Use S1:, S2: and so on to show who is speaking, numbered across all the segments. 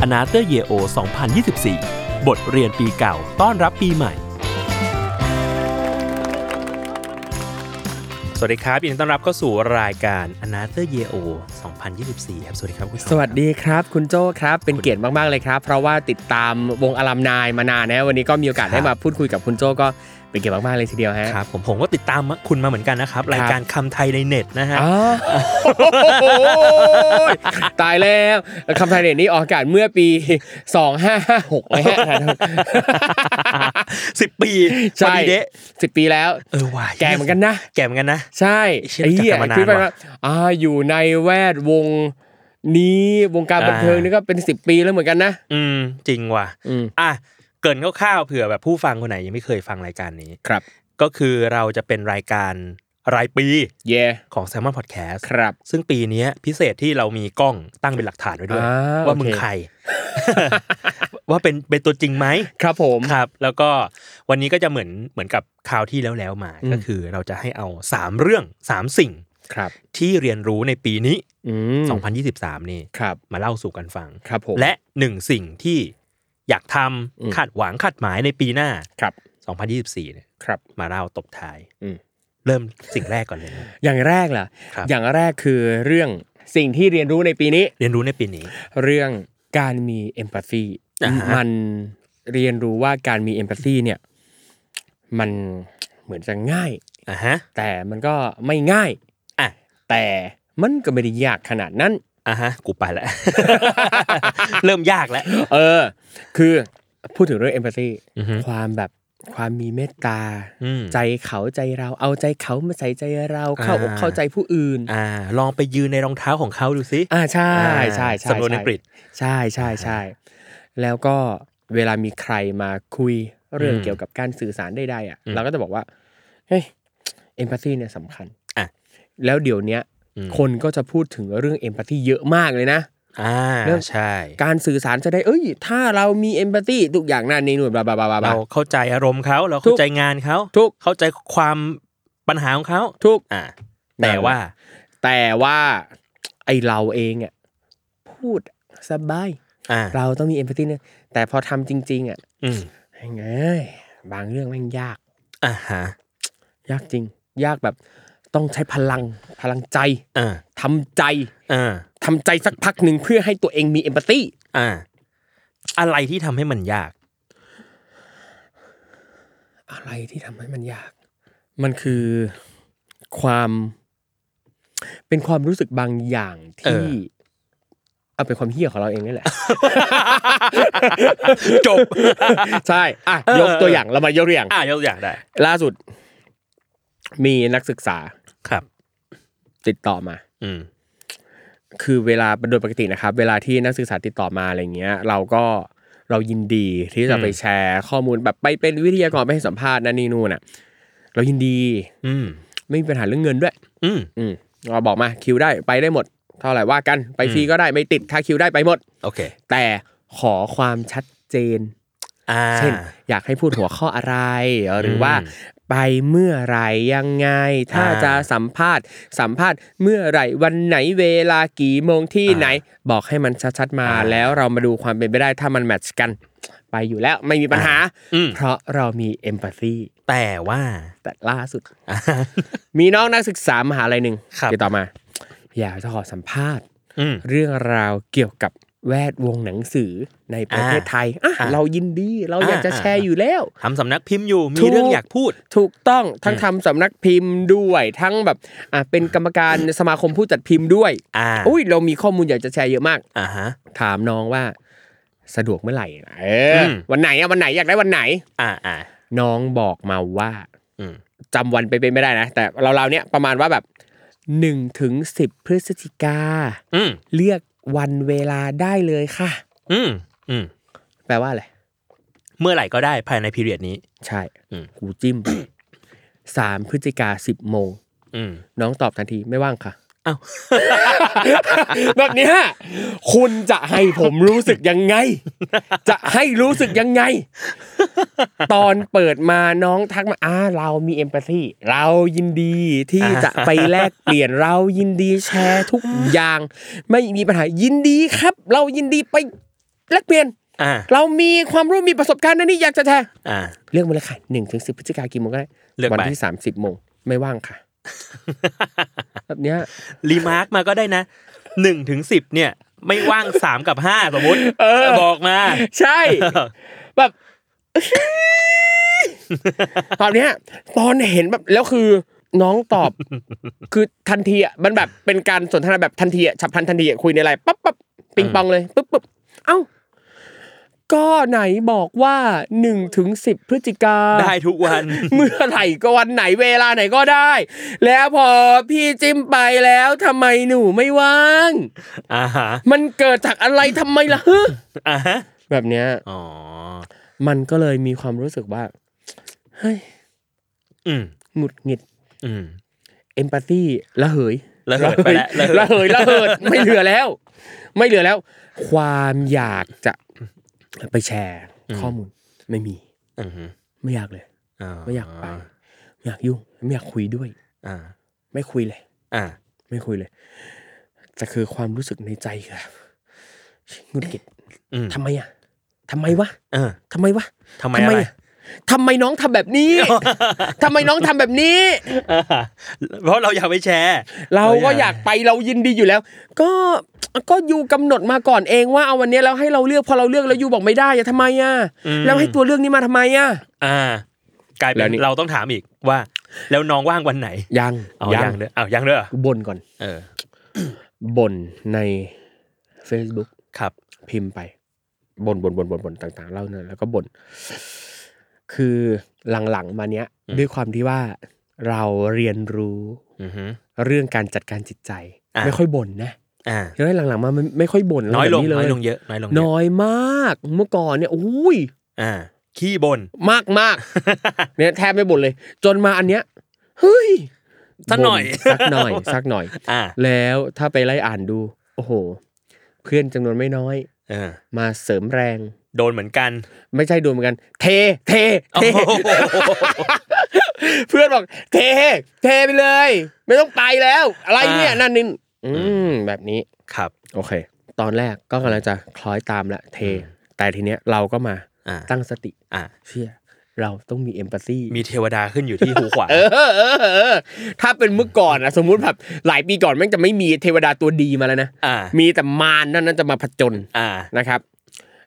S1: อนาเตอร์เยโอ2024 บทเรียนปีเก่าต้อนรับปีใหม่ สวัสดีครับยินดีต้อนรับเข้าสู่รายการอนาเตอร์เยโอ2024 ครับ สวัสดีครับคุณจอห์น
S2: สวัสดีครับคุณโจ้ครับเป็นเกียรติมาก ๆ เลยครับ เพราะว่าติดตามวงอลัมนายมานานนะวันนี้ก็มีโอกาสได้มาพูดคุยกับคุณโจ้ก็เป็นเกียรติมาก ๆ เลยทีเดียวฮะ
S1: ครับ ผมผมก็ติดตามคุณมาเหมือนกันนะครับ รายการคำไทยในเน็ตนะฮะ
S2: อ๋อตายแล้วคำไทยเด็ดนี้ออกอากาศเมื่อปี 2556นะ ฮะ
S1: สิบปี
S2: ใช่
S1: พอดีเดะ
S2: สิบปีแล้ว
S1: เออว่ะ
S2: แก่เหมือนกันนะ
S1: แก่เหมือนกันนะ
S2: ใช่
S1: เชี่ยรู้จักกันมานาน
S2: คิดไป
S1: ว่ะ
S2: ว่าอ่าอยู่ในแวดวงนี้วงการบันเทิง
S1: อ่านี่
S2: นี่ก็เป็นสิบปีแล้วเหมือนกันนะ
S1: อืม จริงว่ะ
S2: อืม
S1: อ่ะเกรินคร่าวๆเผื่อแบบผู้ฟังคนไหนยังไม่เคยฟังรายการนี้
S2: ครับ
S1: ก็คือเราจะเป็นรายการรายปี
S2: เย่
S1: ของ s ซ l m o n Podcast
S2: ครับ
S1: ซึ่งปีเนี้ยพิเศษที่เรามีกล้องตั้งเป็นหลักฐานไว้ด้วย
S2: อ่
S1: ว่ามึง
S2: โอเค
S1: ใคร ว่าเป็นเป็นตัวจริงไหม
S2: ครับผม
S1: ครับ แล้วก็วันนี้ก็จะเหมือนเหมือนกับคราวที่แล้วแล้วๆมา
S2: อืม
S1: ก็คือเราจะให้เอา 3 เรื่อง 3 สิ่ง
S2: ครับ
S1: ที่เรียนรู้ในปีนี้
S2: อืม
S1: 2023 นี่
S2: ครับ
S1: มาเล่าสู่กันฟัง
S2: ครับผม
S1: และหนึ่งสิ่งที่อยากท
S2: อืม
S1: ำคาดหวังคาดหมายในปีหน้า
S2: ครับ
S1: 2024เนี่ย
S2: ครับ
S1: มาเล่าตบท้าย
S2: อืม
S1: เริ่มสิ่งแรกก่อนเลยนะ
S2: อย่างแรกล่ะ
S1: ครับ
S2: อย่างแรกคือเรื่องสิ่งที่เรียนรู้ในปีนี้
S1: เรียนรู้ในปีนี้
S2: เรื่องการมีเอมพัตซี
S1: อ่าฮะ
S2: มันเรียนรู้ว่าการมีเอมพัตซีเนี่ย มันเหมือนจะง่าย
S1: อ่ะฮะ
S2: แต่มันก็ไม่ง่าย
S1: อ่ะ
S2: แต่มันก็ไม่ได้ยากขนาดนั้น
S1: อ่ะฮะ กูไป แล้ว เริ่มยากแล้ว
S2: เออ คือพูดถึงเรื่องเอมพัตซี
S1: อือฮึ
S2: ความแบบความมีเมตตา
S1: อืม
S2: ใจเขาใจเราเอาใจเขามาใส่ใจเราเข้าอก
S1: อ่า
S2: เข้าใจผู้อื่น
S1: อ่า ลองไปยืนในรองเท้าของเขาดูสิ
S2: อ่าใช่
S1: อ่า
S2: ใช่ใช่
S1: สำนวนอังกฤษ
S2: ใช่ใช่ใช่แล้วก็เวลามีใครมาคุยเรื่องเกี่ยวกับการสื่อสารใดๆอ่ะ
S1: อืม
S2: เราก็จะบอกว่าเฮ้ยเอมพัตซีเนี่ยสำคัญ
S1: อ่ะ
S2: แล้วเดี๋ยวเนี้ย
S1: อืม
S2: คนก็จะพูดถึงเรื่องเอมพัตซีเยอะมากเลยนะ
S1: อ่า
S2: เริ่ม
S1: ใช่
S2: การสื่อสารจะได้เอ้ย ถ้าเรามีเอมพัตซีทุกอย่างนั่นนี่นู่นบลาบลาบลาบลา
S1: เราเข้าใจอารมณ์เขาเรา
S2: ทุ
S1: เข้าก ใจงานเขา
S2: ทุก
S1: เข้าใจความปัญหาของเขา
S2: ทุก
S1: อ่า แต่ว่า
S2: แต่ว่าไอเราเองอ่ะพูดสบาย
S1: อ่า
S2: เราต้องมีเอมพัตซีเนี่ยแต่พอทำจริง ๆอ่ะ
S1: อืม
S2: ยังไงเอ้ยบางเรื่องแม่งยาก
S1: อ่าฮะ
S2: ยากจริง ยากแบบต้องใช้พลังพลังใจ
S1: อ่า
S2: ทำใจ
S1: อ่า
S2: ทำใจสักพักหนึ่งเพื่อให้ตัวเองมีเอมพัตตี
S1: อ่า อะไรที่ทำให้มันยาก
S2: อะไรที่ทำให้มันยาก มันคือความ เป็นความรู้สึกบางอย่างที่
S1: เออ
S2: เอาเป็นความเฮี้ยของเราเองนี่แหละ
S1: จบ
S2: ใช่อ่ะ
S1: เออ
S2: ยกตัวอย่างเรามายกตัวอย่าง
S1: อ่ายกตัวอย่างได้
S2: ล่าสุด มีนักศึกษา
S1: ครับ
S2: ติดต่อมา
S1: อืม
S2: คือเวลาโดยปกตินะครับ เวลาที่นักศึกษาติดต่อมาอะไรเงี้ย เราก็เรายินดีที่จะไป
S1: อืม
S2: แชร์ข้อมูลแบบไปเป็นวิทยากรไปให้สัมภาษณ์นั่นนี่นู่นอ่ะ เรายินดี
S1: อืม
S2: ไม่มีปัญหาเรื่องเงินด้วย
S1: อืม
S2: อืมเราบอกมาคิวได้ไปได้หมด เท่าไหร่ว่ากันไปฟรีก็ได้ไม่ติดถ้าคิวได้ไปหมด
S1: โอเค
S2: แต่ขอความชัดเจน
S1: อ่า
S2: เช่น อยากให้พูดหัวข้ออะไร หรืออ
S1: ม
S2: ว่าไปเมื่อไหรยังไง ถ้า
S1: อ่า
S2: จะสัมภาษณ์ สัมภาษณ์เมื่อไหรวันไหนเวลากี่โมงที่
S1: อ่า
S2: ไหน บอกให้มันชัดๆมา
S1: อ่า
S2: แล้วเรามาดูความเป็นไปได้ถ้ามันแมทช์กัน ไปอยู่แล้วไม่มีปัญหา
S1: อืม
S2: เพราะเรามีเอมพัตซี
S1: แต่ว่า
S2: แต่ล่าสุด มีน้องนักศึกษามหาลัยหนึ่ง
S1: ครับ
S2: ติดต่อมา อยากจะขอสัมภาษณ์
S1: อืม
S2: เรื่องราวเกี่ยวกับแวดวงหนังสือในประเทศไทยอ่ะ
S1: อ่า
S2: เรายินดีเราอยากจะ
S1: อ่า
S2: แชร์อยู่แล้ว
S1: ทำสำนักพิมพ์อยู่มี
S2: ถูก
S1: เรื่องอยากพูด
S2: ถูกต้องทั้ง
S1: อืม
S2: ทำสำนักพิมพ์ด้วยทั้งแบบอ่ะเป็นกรรมการสมาคมผู้จัดพิมพ์ด้วย
S1: อ่า
S2: อุ้ยเรามีข้อมูลอยากจะแชร์เยอะมาก
S1: อ่าฮะ
S2: ถามน้องว่า สะดวกเมื่อไหร่เอออ
S1: ม
S2: วันไหนอะวันไหนอยากได้วันไหน
S1: อ่าอ่า
S2: น้องบอกมาว่า
S1: อืม
S2: จำวันไปเป็นไม่ได้นะ แต่เราๆเนี้ยประมาณว่าแบบหนึ่งถึงสิบพฤศจิกา
S1: อืม
S2: เลือกวันเวลาได้เลยค่ะ
S1: อืมอืม
S2: แปลว่าอะไร
S1: เมื่อไหร่ก็ได้ภายในพีเรียดนี้
S2: ใช่
S1: อืม
S2: กูจิ้ม ไปสามพฤศจิกาสิบโมง
S1: อืม
S2: น้องตอบทันทีไม่ว่างค่ะ
S1: อ้าว
S2: แบบเนี้ยคุณจะให้ผมรู้สึกยังไง จะให้รู้สึกยังไง ตอนเปิดมาน้องทักมาอ่าเรามีเอมพัตซีเรายินดีที่จะไปแลกเปลี่ยนเรายินดีแชร์ทุกอย่าง ไม่มีปัญหายินดีครับ เรายินดีไปแลกเปลี่ยน
S1: อ่า
S2: เรามีความรู้มีประสบการณ์นะนี่อยากจะแชร์
S1: อ่า
S2: เรื่องมาเลยค่ะหนึ่งถึงสิบพฤศจิกากี่โมงก็ได้
S1: เลือกไป
S2: วันที่สามสิบโมงไม่ว่าง ค่ะ แบบเนี้ย
S1: รีมาร์กมาก็ได้นะหนึ่งถึงสิบเนี่ย ไม่ว่างสามกับห้าสมมติ
S2: เออ
S1: บอกมา
S2: ใช่ แบบ ตอนเนี้ย ตอนเห็นแบบแล้วคือน้องตอบ คือทันทีอ่ะมันแบบเป็นการสนทนาแบบทันทีอ่ะฉับพลันทันทีอ่ะคุยในไลน์ปั๊บปั๊บปิงปองเลยปุ๊บปุ๊บเอ้า ก็ไหนบอกว่าหนึ่งถึงสิบพฤศจิกา
S1: ได้ทุกวัน
S2: เมื่อไหร่ก็วันไหนเวลาไหนก็ได้ แล้วพอพี่จิ้มไปแล้วทำไมหนูไม่ว่าง
S1: อ่าฮะ
S2: มันเกิดจากอะไรทำไมล่ะฮะ
S1: อ่าฮะ
S2: แบบเนี้ย
S1: อ๋อ
S2: มันก็เลยมีความรู้สึกว่าเฮ้ย
S1: อืม
S2: หงุดหงิด
S1: อืม
S2: เอมพัตตีระเหย
S1: ระเหิดไปแล้วระเหิด
S2: ระเหยระเหิดไม่เหลือแล้ว ไม่เหลือแล้ว ความอยากจะไปแชร์ข้อมูลไม่มี
S1: อืม
S2: ไม่อยากเลย ไม่อยากไป ไม่อยากยุ่งไม่อยากคุยด้วย
S1: อ่า
S2: ไม่คุยเลย
S1: อ่า
S2: ไม่คุยเลยแต่คือความรู้สึกในใจคือหงุดหงิด
S1: อืม
S2: ทำไมอ่ะทำไมวะ
S1: เออ
S2: ทำไมวะ
S1: ทำไมอะไร
S2: อะทำไมน้องทำแบบ นี้ ทำไมน้องทำแบบนี้
S1: อ่าเพราะเราอยากไปแชร์
S2: เราก็อยากไปเรายินดีอยู่แล้ว ก็ก็ยูกำหนดมาก่อนเองว่าเอาวันเนี้ยแล้วให้เราเลือกพอเราเลือกแล้วยูบอกไม่ได้อะทำไมอ่ะ
S1: อืม
S2: แล้วให้ตัวเรื่องนี้มาทำไมอ่ะ
S1: อ่า กลายเป็
S2: แล้
S1: น
S2: วนี่
S1: เราต้องถามอีกว่า แล้วน้องว่างวันไหน
S2: ยัง
S1: เอายังเด้อเอายังเด้อ
S2: กูบ่นก่อน
S1: เออ
S2: บ่นใน Facebook
S1: ครับ
S2: พิมพ์ไปบนบนบนบนบนต่าง ๆ เล่าเนยแล้วก็บน คือหลังๆมาเนี้ย
S1: อืม
S2: ด้วยความที่ว่าเราเรียนรู้
S1: อือฮึ
S2: เรื่องการจัดการจิตใจ
S1: อ่ะ
S2: ไม่ค่อยบ่นนะ
S1: อ่า
S2: เฮ้ยหลังๆมามันไม่ค่อยบ่น
S1: น้อยลง
S2: แบบ
S1: น้อยลง
S2: เล
S1: เยอะน้อยลง
S2: ย
S1: เยอะ
S2: น้อยมากเมื่อก่อนเนี่ยอุ้ย
S1: อ่า ขี้บน
S2: มากมากเนี่ยแทบไม่บ่นเลย จนมาอันเนี้ยเฮ้ย
S1: สักหน่อย
S2: บ่สักหน่อย สักหน่อย
S1: อ่า
S2: แล้วถ้าไปไล่อ่านดู โอ้โห เพื่อนจำนวนไม่น้อย
S1: เออ
S2: มาเสริมแรง
S1: โดนเหมือนกัน
S2: ไม่ใช่ดูเหมือนกัน เท เท
S1: โอ้
S2: เท
S1: โห
S2: เพื่อนบอกเท เทไปเลย ไม่ต้องไปแล้ว อะไรเนี่ย
S1: อ่านั่
S2: นั่นนี่อืมแบบนี้
S1: ครับ
S2: โอเค ตอนแรกก็กำลังจะคล้อยตามละเท
S1: อืม
S2: แต่ทีเนี้ยเราก็มา
S1: อ่า
S2: ตั้งสติ
S1: อ่า
S2: เชื่อเราต้องมีเอมพัตซี
S1: มีเทวดาขึ้นอยู่ที่หูขวา
S2: เออเออเออเออ ถ้าเป็นเมื่อก่อนอะสมมุติแบบหลายปีก่อนแม่งจะไม่มีเทวดาตัวดีมาแล้วนะ
S1: อ่า
S2: มีแต่มารนั่นนั่นจะมาผจญ
S1: อ่า
S2: นะครับ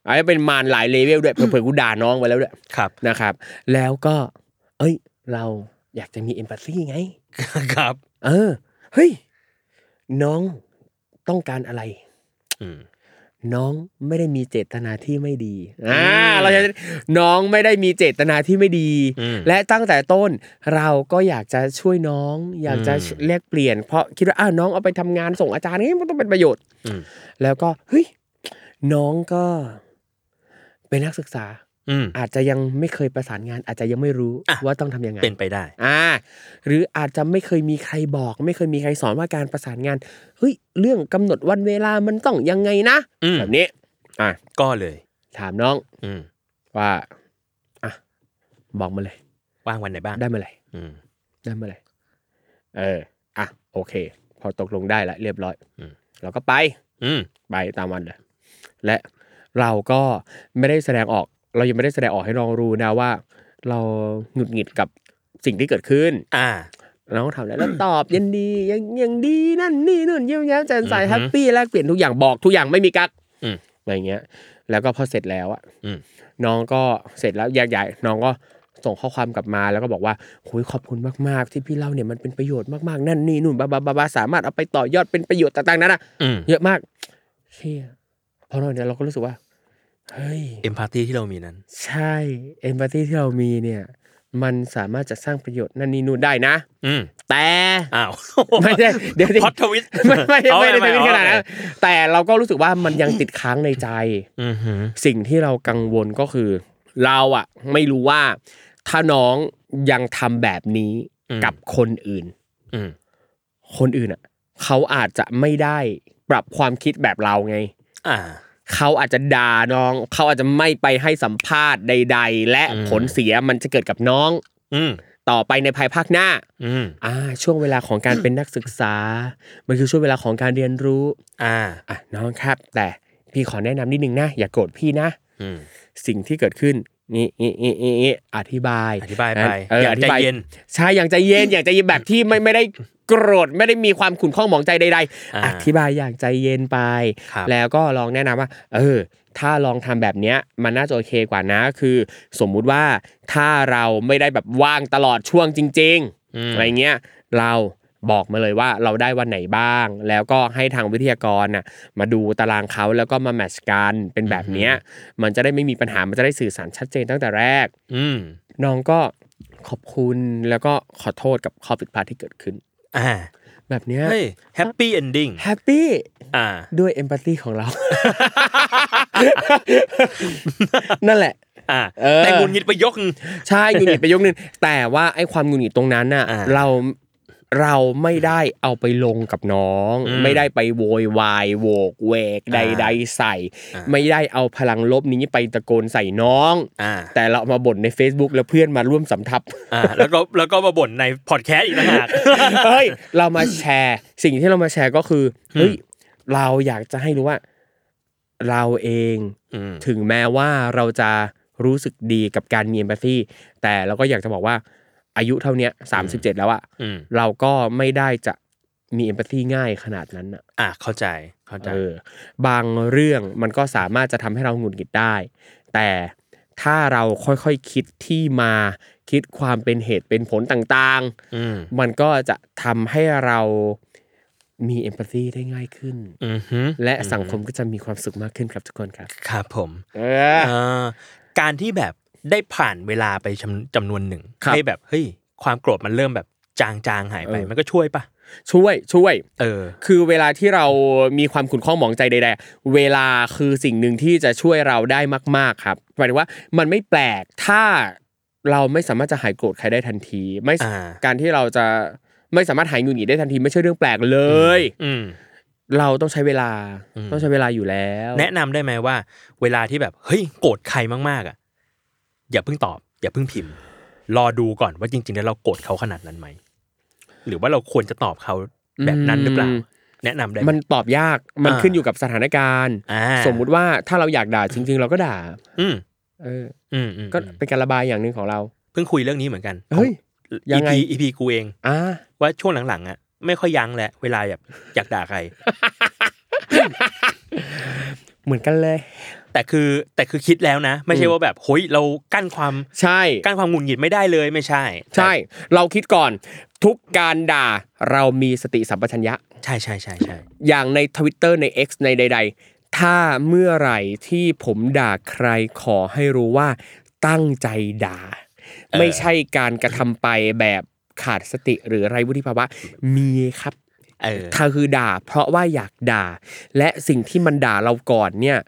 S2: อาจจะเป็นมารหลายเลเวลด้วยเผื่อๆกูด่าน้องไปแล้วด้วย
S1: ครับ
S2: นะครับแล้วก็ เอ้ย เราอยากจะมีเอมพัตซีไง
S1: ครับ
S2: เออ เฮ้ย น้องต้องการอะไร
S1: อืม
S2: น้องไม่ได้มีเจตนาที่ไม่ดีอ่า
S1: อืม
S2: เราจะน้องไม่ได้มีเจตนาที่ไม่ดี
S1: อืม
S2: และตั้งแต่ต้นเราก็อยากจะช่วยน้อง อยากจะ
S1: อืม
S2: แลกเปลี่ยน เพราะคิดว่าอ้าวน้องเอาไปทำงานส่งอาจารย์นี่มันต้องเป็นประโยชน์
S1: อืม
S2: แล้วก็เฮ้ยน้องก็ เป็นนักศึกษา
S1: อืม
S2: อาจจะยังไม่เคยประสานงาน อาจจะยังไม่รู้
S1: อ่ะ
S2: ว่าต้องทำยังไง
S1: เป็นไปได้
S2: อ่า หรืออาจจะไม่เคยมีใครบอก ไม่เคยมีใครสอนว่าการประสานงานเฮ้ยเรื่องกำหนดวันเวลามันต้องยังไงนะ
S1: อืม
S2: แบบนี้ อ่ะ
S1: ก็เลย
S2: ถามน้อง
S1: อืม
S2: ว่าอ่ะบอกมาเลย
S1: ว่างวันไหนบ้าง
S2: ได้เมื่อไหร่
S1: อืม
S2: ได้เมื่อไหร่เอออ่ะโอเค พอตกลงได้ละเรียบร้อย
S1: อืม
S2: เราก็ไป
S1: อืม
S2: ไปตามวันเลยและเราก็ไม่ได้แสดงออก เรายังไม่ได้แสดงออกให้น้องรู้นะว่า เราหงุดหงิดกับสิ่งที่เกิดขึ้น
S1: อ่า
S2: น้องถามแล้วแล้วตอบยังดียังยังดีนั่นนี่นู่นเยี่ยมแย้มแจ่มใส
S1: อือฮึ
S2: แฮปปี้แลกเปลี่ยนทุกอย่างบอกทุกอย่างไม่มีกัก
S1: อืม
S2: อะไรเงี้ย แล้วก็พอเสร็จแล้วอะ
S1: อืม
S2: น้องก็เสร็จแล้วแยกย้ายน้องก็ส่งข้อความกลับมาแล้วก็บอกว่าคุยขอบคุณมากๆ ที่พี่เล่าเนี่ยมันเป็นประโยชน์มากๆนั่นนี่นู่นบาบาบาบาสามารถเอาไปต่อยอดเป็นประโยชน์ต่างๆนั้นอะ
S1: อืม
S2: เยอะมากเชี่ยพอเราเนี่ยเราก็รู้สึกว่าเฮ้ย
S1: เอมพาร์ตี้ที่เรามีนั้น
S2: ใช่เอมพัตตีที่เรามีเนี่ย มันสามารถจะสร้างประโยชน์นั่นนี่นู่นได้นะ
S1: อืม
S2: แต่
S1: อ้าว
S2: ไม่ได้เดี๋ยวดิ
S1: พอดทวิสต์
S2: ไม่ไม่ได้
S1: เอา
S2: ไม่ได้
S1: เอา
S2: ถึงขนาดนั้น
S1: เอา
S2: แต่เราก็รู้สึกว่ามันยังติดค้างในใจ
S1: อือหือ
S2: สิ่งที่เรากังวลก็คือ เราอะไม่รู้ว่า ถ้าน้องยังทำแบบนี้
S1: อืม
S2: กับคนอื่น
S1: อืม
S2: คนอื่นอะเขาอาจจะไม่ได้ปรับความคิดแบบเราไง
S1: อ่า
S2: เขาอาจจะด่าน้อง เขาอาจจะไม่ไปให้สัมภาษณ์ใด ๆ และ
S1: อืม
S2: ผลเสียมันจะเกิดกับน้อง
S1: อืม
S2: ต่อไปในภายภาคหน้า
S1: อืม
S2: อ่า ช่วงเวลาของการเป็นนักศึกษา มันคือช่วงเวลาของการเรียนรู้
S1: อ่า
S2: อ่ะน้องครับ แต่พี่ขอแนะนำนิดนึงนะ อย่าโกรธพี่นะ
S1: อืม
S2: สิ่งที่เกิดขึ้นนี่นี่นี่นี่นี่อธิบาย
S1: อธิบายไป
S2: นั้นเออ
S1: อย่า
S2: อ
S1: ใจ
S2: ธิบาย
S1: เย็น
S2: ใช่อย่างใจเย็น อย่างใจเย็นแบบที่ไม่ไม่ได้โกรธไม่ได้มีความขุ่นข้องหมองใจใด
S1: อ่า
S2: ๆ อธิบายอย่างใจเย็นไป
S1: ครับ
S2: แล้วก็ลองแนะนำว่า เออ ถ้าลองทำแบบเนี้ยมันน่าจะโอเคกว่านะ คือ สมมุติว่าถ้าเราไม่ได้แบบว่างตลอดช่วงจริง ๆ อะไรเงี้ย เราบอกมาเลยว่าเราได้วันไหนบ้าง แล้วก็ให้ทางวิทยากรน่ะมาดูตารางเขาแล้วก็มาแมทช์กันเป็นแบบเนี้ย มันจะได้ไม่มีปัญหา มันจะได้สื่อสารชัดเจนตั้งแต่แรก
S1: อืม
S2: น้องก็ขอบคุณแล้วก็ขอโทษกับข้อผิดพลาดที่เกิดขึ้น
S1: อ่า
S2: แบบเนี้ย
S1: เฮ้ยแฮปปี้เอนดิ้ง
S2: แฮปปี้
S1: อ่า
S2: ด้วยเอมพัตตีของเรา นั่นแหละ
S1: อ่า
S2: เออ
S1: แต่งุนงิดไปยก
S2: ใช่หงุดหงิดไปยกนึงแต่ว่าไอ้ความหงุดหงิดตรงนั้นน่ะ
S1: อ่า
S2: เราเราไม่ได้เอาไปลงกับน้อง
S1: อืม
S2: ไม่ได้ไปโวยวายโวกเวกใ
S1: อ่า
S2: ด ๆ ใส่
S1: อ่า
S2: ไม่ได้เอาพลังลบนี้ไปตะโกนใส่น้อง
S1: อ่า
S2: แต่เราเอามาบ่นใน Facebook แล้วเพื่อนมาร่วมสำทับ
S1: อ่า แล้วก็แล้วก็มาบ่นในพอดแคสต์อีกต่างหาก
S2: เฮ้ย เรามาแชร์ สิ่งที่เรามาแชร์ก็คือเฮ้ยเราอยากจะให้รู้ว่า เราเอง
S1: อืม
S2: ถึงแม้ว่าเราจะรู้สึกดีกับการมีเอมพัตตีแต่เราก็อยากจะบอกว่าอายุเท่าเนี้สามสิบเจ็ดแล้วอะ
S1: อืม
S2: เราก็ไม่ได้จะมีเอมพัตตีง่ายขนาดนั้นอะ
S1: อ่าเข้าใจเข้าใจ
S2: เออบางเรื่องมันก็สามารถจะทำให้เราหงุดหงิดได้ แต่ถ้าเราค่อยๆคิดที่มาคิดความเป็นเหตุเป็นผลต่าง
S1: อืม
S2: ๆ มันก็จะทำให้เรามีเอมพัตตีได้ง่ายขึ้น
S1: อือหือ
S2: และสังคมก็จะมีความสุขมากขึ้นครับทุกคนครับ
S1: ครับผม
S2: เออ
S1: เออการที่แบบได้ผ่านเวลาไปจำจำนวนหนึ่ง
S2: ครับ
S1: ให้แบบเฮ้ยความโกรธมันเริ่มแบบจางๆหายไป
S2: เออ
S1: มันก็ช่วยปะ
S2: ช่วยช่วย
S1: เออ
S2: คือเวลาที่เรามีความขุ่นข้องหมองใจใดๆ เวลาคือสิ่งหนึ่งที่จะช่วยเราได้มาก ๆ ครับหมายถึงว่ามันไม่แปลกถ้าเราไม่สามารถจะหายโกรธใครได้ทันที ไม่
S1: อ่า
S2: การที่เราจะไม่สามารถหายหงุดหงิดได้ทันที ไม่ใช่เรื่องแปลกเลย
S1: อืม
S2: เราต้องใช้เวลา
S1: อืม
S2: ต้องใช้เวลาอยู่แล้ว
S1: แนะนำได้ไหมว่า เวลาที่แบบเฮ้ยโกรธใครมากๆอ่ะอย่าเพิ่งตอบ อย่าเพิ่งพิมพ์ รอดูก่อนว่าจริง ๆ แล้วเราโกรธเขาขนาดนั้นไหมหรือว่าเราควรจะตอบเขาแบบนั้นหรือเปล่า แนะนำได้ไหม
S2: มันตอบยากมัน
S1: อ่า
S2: ขึ้นอยู่กับสถานการณ์
S1: อ่า
S2: สมมุติว่าถ้าเราอยากด่าจริง ๆ เราก็ด่า
S1: อืม
S2: เออ
S1: อืมอืม
S2: ก็
S1: อืม
S2: เป็นการระบายอย่างหนึ่งของเรา
S1: เพิ่งคุยเรื่องนี้เหมือนกัน
S2: เฮ้ย ยั
S1: อี
S2: งไง
S1: พีอีพีกูเอง
S2: อ่า
S1: ว่าช่วงหลังๆอ่ะไม่ค่อยยั้งแหละเวลาแบบอยากด่าใคร
S2: เหมือนกันเลย
S1: แต่คือแต่คือคิดแล้วนะ ไม่ใช่ว่าแบบเฮ้ยเรากั้นความ
S2: ใช่
S1: กั้นความหงุดหงิดไม่ได้เลยไม่ใช่
S2: ใช่ เราคิดก่อนทุกการด่าเรามีสติสัมปชัญญะ
S1: ใช่ใช่ใช่ใช่
S2: อย่างใน Twitter ใน X ในใด ๆ ถ้าเมื่อไหร่ที่ผมด่าใครขอให้รู้ว่าตั้งใจด่า ไม่ใช่การกระทำไปแบบขาดสติหรือไรวุฒิภาวะมีครับ
S1: เออ
S2: ถ้าคือด่า เพราะว่าอยากด่า และสิ่งที่มันด่าเราก่อนเนี่ย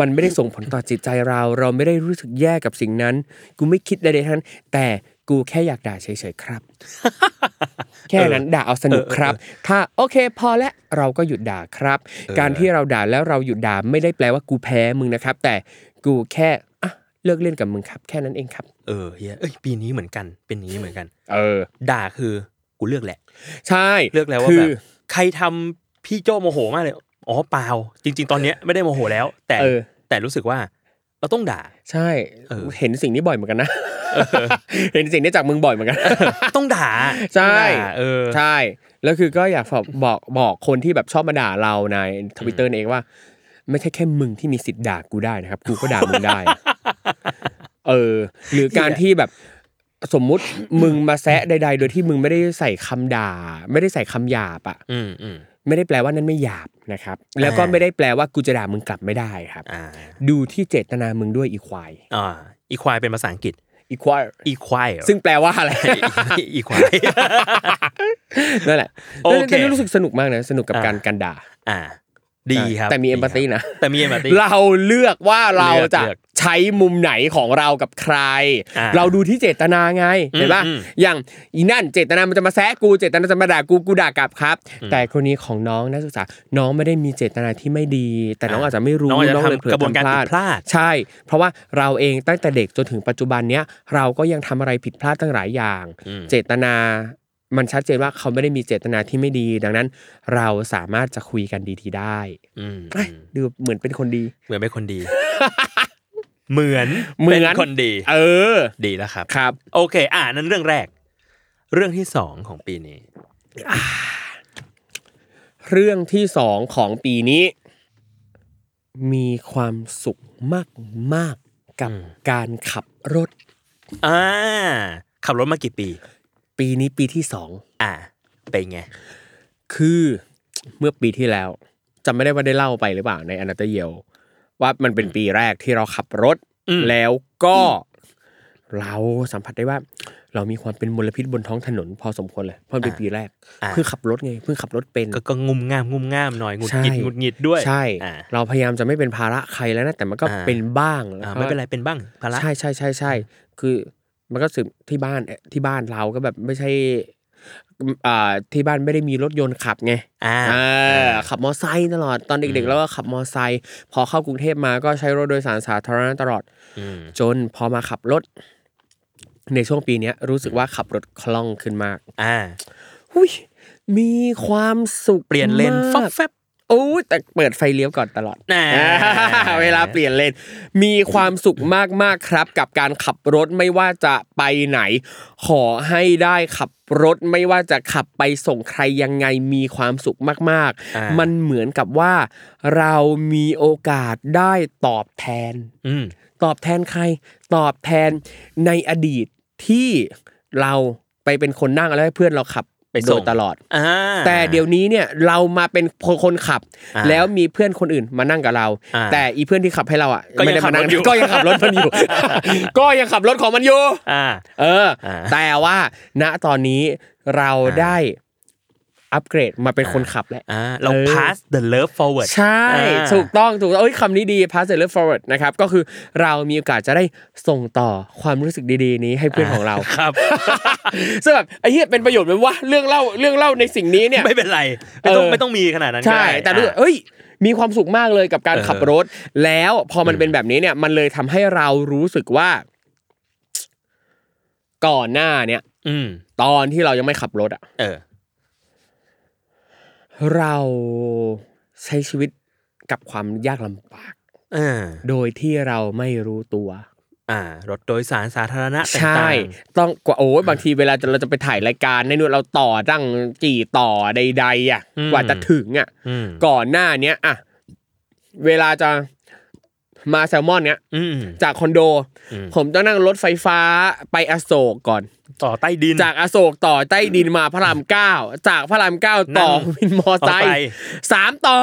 S2: มันไม่ได้ส่งผลต่อจิตใจเรา เราไม่ได้รู้สึกแย่กับสิ่งนั้น กูไม่คิดใดๆทั้งนั้นแต่กูแค่อยากด่าเฉยๆครับ แค่นั้นด่าเอาสนุกครับ ถ้าโอเคพอแล้วเราก็หยุดด่าครับ การที่เราด่าแล้วเราหยุดด่าไม่ได้แปลว่ากูแพ้มึงนะครับ แต่กูแค่อ่ะเลิกเล่นกับมึงครับ แค่นั้นเองครับ
S1: เออเฮียเอ้ยปีนี้เหมือนกันเป็นอย่างนี้เหมือนกัน
S2: เออ
S1: ด่าคือกูเลือกแหละ
S2: ใช่
S1: เลือกแล้วว่า
S2: คื
S1: แบ
S2: อบ
S1: ใครทำพี่โจโมโหมากเลยอ๋อเปล่า จริง ๆ ตอนเนี้ยไม่ได้โมโหแล้ว แต่
S2: เออ
S1: แต่รู้สึกว่า เราต้องด่า
S2: ใช่
S1: เออ
S2: เห็นสิ่งนี้บ่อยเหมือนกัน นะ เห็นสิ่งนี้จากมึงบ่อยเหมือนกัน
S1: ต้องด่า
S2: ใช่
S1: ต้องด่าเออ
S2: ใช่ แล้วคือก็อยากบอกบอกบอกคนที่แบบชอบมาด่าเราในทวิตเตอร์เองว่า ไม่ใช่แค่มึงที่มีสิทธิ์ด่ากูได้นะครับ กูก็ด่ามึ งได้ เออ หรือการที่แบบสมมุติมึงมาแซะใด ๆ โดยที่มึงไม่ได้ใส่คำด่า ไม่ได้ใส่คำหยาบอ่ะ
S1: อืมอืม
S2: ไม่ได้แปลว่านั่นไม่หยาบนะครับ แล้วก็
S1: อ่า
S2: ไม่ได้แปลว่ากูจะด่ามึงกลับไม่ได้ครับ
S1: อ่า
S2: ดูที่เจตนามึงด้วยอีควาย
S1: อ่าอีควายเป็นภาษาอังกฤษ
S2: อีควาย
S1: อีควาย
S2: ซึ่งแปลว่า อะไร
S1: อี ควาย
S2: นั่นแหละ
S1: โอเค
S2: แต่รู้สึกสนุกมากนะ สนุกกับการการด่า
S1: อ่า ดีครับ
S2: แต่มีเอมพัตตี
S1: ดีครับ
S2: นะ
S1: แต่มีเอมพัตตี
S2: เราเลือกว่าเราจะ
S1: เลือก
S2: ใช้มุมไหนของเรากับใคร
S1: อ่า
S2: เราดูที่เจตนาไงเห็นปะ
S1: อืม
S2: อย่างอีนั่นเจตนามันจะมาแซะกูเจตนาจะมาด่ากูกูด่ากลับครับ แต่กรณีของน้องนักศึกษาน้องไม่ได้มีเจตนาที่ไม่ดี แต่น้อง
S1: อ่า
S2: อาจจะไม่รู้
S1: น้องอาจจะ
S2: เลย
S1: ทำกระบวนการผิดพลาด
S2: ใช่ เพราะว่าเราเองตั้งแต่เด็กจนถึงปัจจุบันเนี้ยเราก็ยังทำอะไรผิดพลาดตั้งหลายอย่าง
S1: อืม
S2: เจตนา มันชัดเจนว่าเขาไม่ได้มีเจตนาที่ไม่ดี ดังนั้น เราสามารถจะคุยกันดีๆได้
S1: อืม
S2: เอ้ยดูเหมือนเป็นคนดี
S1: เหมือนเป็นคนดี เหมือน
S2: เหมือน
S1: ป็นคนดี
S2: เออ
S1: ดีแล้วครับ
S2: ครับ
S1: โอเค อ่านั่นเรื่องแรก เรื่องที่สองของปีนี้
S2: เรื่องที่สองของปีนี้ มีความสุขมากมากๆกับ
S1: อืม
S2: การขับรถ
S1: อ่าขับรถมากี่ปี
S2: ปีนี้ปีที่สอง
S1: อ่าเป็นไง
S2: คือเมื่อปีที่แล้วจำไม่ได้ว่าได้เล่าไปหรือเปล่าในอนาเตเยลว่ามันเป็นปีแรกที่เราขับรถ
S1: อืม
S2: แล้วก็ เราสัมผัสได้ว่า เรามีความเป็นมลพิษบนท้องถนน พอสมควรเลยเพราะมันเป็นปีแรก
S1: อ่า
S2: เพิ่งขับรถไงเพิ่งขับรถเป็น
S1: ก็ก็งุมง่ามงุมง่ามหน่อยหงุดหงิด
S2: ใช่
S1: หงุดหงิดด้วย
S2: ใช่
S1: อ่า
S2: เราพยายามจะไม่เป็นภาระใครแล้วนะแต่มันก็
S1: อ่า
S2: เป็นบ้างแล้ว
S1: อ่า
S2: ก็
S1: ไม่เป็นไรเป็นบ้างภาระ
S2: ใช่ใช่ใช่ใช่คือมันก็สืบที่บ้านเอ่อที่บ้านเราก็แบบไม่ใช่อ่าที่บ้านไม่ได้มีรถยนต์ขับไง
S1: อ่า
S2: เออขับมอไซค์ตลอดตอนเด็ก ๆ แล้วก็ขับมอไซค์พอเข้ากรุงเทพมาก็ใช้รถโดยสารสาธารณะตลอด
S1: อืม
S2: จนพอมาขับรถ ในช่วงปีเนี้ยรู้สึกว่าขับรถคล่องขึ้นมาก
S1: อ่า
S2: หุยมีความสุข
S1: เปลี่ยนเลน
S2: มาก
S1: ฟับแฟบ
S2: โอ้ยแต่เปิดไฟเลี้ยวก่อนตลอด
S1: แหม่
S2: อ่า เวลาเปลี่ยนเลน มีความสุขมากๆครับ กับการขับรถไม่ว่าจะไปไหน ขอให้ได้ขับรถไม่ว่าจะขับไปส่งใครยังไงมีความสุขมาก
S1: อ่า
S2: ๆ มันเหมือนกับว่า เรามีโอกาสได้ตอบแทน
S1: อืม
S2: ตอบแทนใคร ตอบแทนในอดีตที่เราไปเป็นคนนั่งแล้วให้เพื่อนเราขับ
S1: ไปส่
S2: โด
S1: ง
S2: ยตลอด
S1: อ่า
S2: แต่เดี๋ยวนี้เนี่ยเรามาเป็นคนขับ
S1: อ่า
S2: แล้วมีเพื่อนคนอื่นมานั่งกับเรา
S1: อ่า
S2: แต่อีเพื่อนที่ขับให้เราอ่ะ
S1: ก็ยัง
S2: ไม่ได้มา นั่
S1: ขับรถอยู่
S2: ก็ยังขับรถมันอยู่ ก็ยังขับรถของมันอยู่
S1: อ่า
S2: เออ
S1: อ่า
S2: แต่ว่าณตอนนี้เรา
S1: อ่า
S2: ได้อัปเกรดมาเป็นคนขับแล้ว
S1: อ่าเรา
S2: เออ
S1: pass the love forward
S2: ใช่
S1: อ่า
S2: ถูกต้องถูกต้องเอ้ยคำนี้ดี pass the love forward นะครับก็คือเรามีโอกาสจะได้ส่งต่อความรู้สึกดีๆ นี้ให้เพื่อนของเรา
S1: ครับ
S2: ซึ่งแบบไอ้เหี้ยเป็นประโยชน์ไหมวะเรื่องเล่าเรื่องเล่าในสิ่งนี้เนี่ย
S1: ไม่เป็นไร ไม่ต้อง
S2: เออ
S1: ไม่ต้องมีขนาดนั้นก็
S2: ใช่
S1: ได้
S2: แต่รู้สึก
S1: อ่ะ
S2: เอ้ย มีความสุขมากเลยกับการ
S1: เออ
S2: ขับรถ แล้วพอมัน
S1: อืม
S2: เป็นแบบนี้เนี่ย มันเลยทำให้เรารู้สึกว่า ก่อนหน้าเนี่ย
S1: อืม
S2: ตอนที่เรายังไม่ขับรถอ่ะ
S1: เออ
S2: เราใช้ชีวิตกับความยากลำบาก
S1: อ่า
S2: โดยที่เราไม่รู้ตัว
S1: อ่า รถโดยสารสาธารณะต่างๆ
S2: ใช่ ต้องกว่าโอ้ยบางทีเวลาเราจะไปถ่ายรายการในนู่นเราต่อตั้งกี่ต่อใด ๆ อ่ะ
S1: อืม
S2: กว่าจะถึงอ่ะ
S1: อืม
S2: ก่อนหน้าเนี้ยอ่ะเวลาจะมาแซลมอนเนี้ย
S1: อืม
S2: จากคอนโด
S1: อืม
S2: ผมต้องนั่งรถไฟฟ้าไปอโศกก่อน
S1: ต่อใต้ดิน
S2: จากอโศกต่อใต้ดินมาพระรามเก้าจากพระรามเก้าต่อ
S1: นั่ง
S2: วินมอไซ
S1: ต่อไป
S2: ค์สามต่อ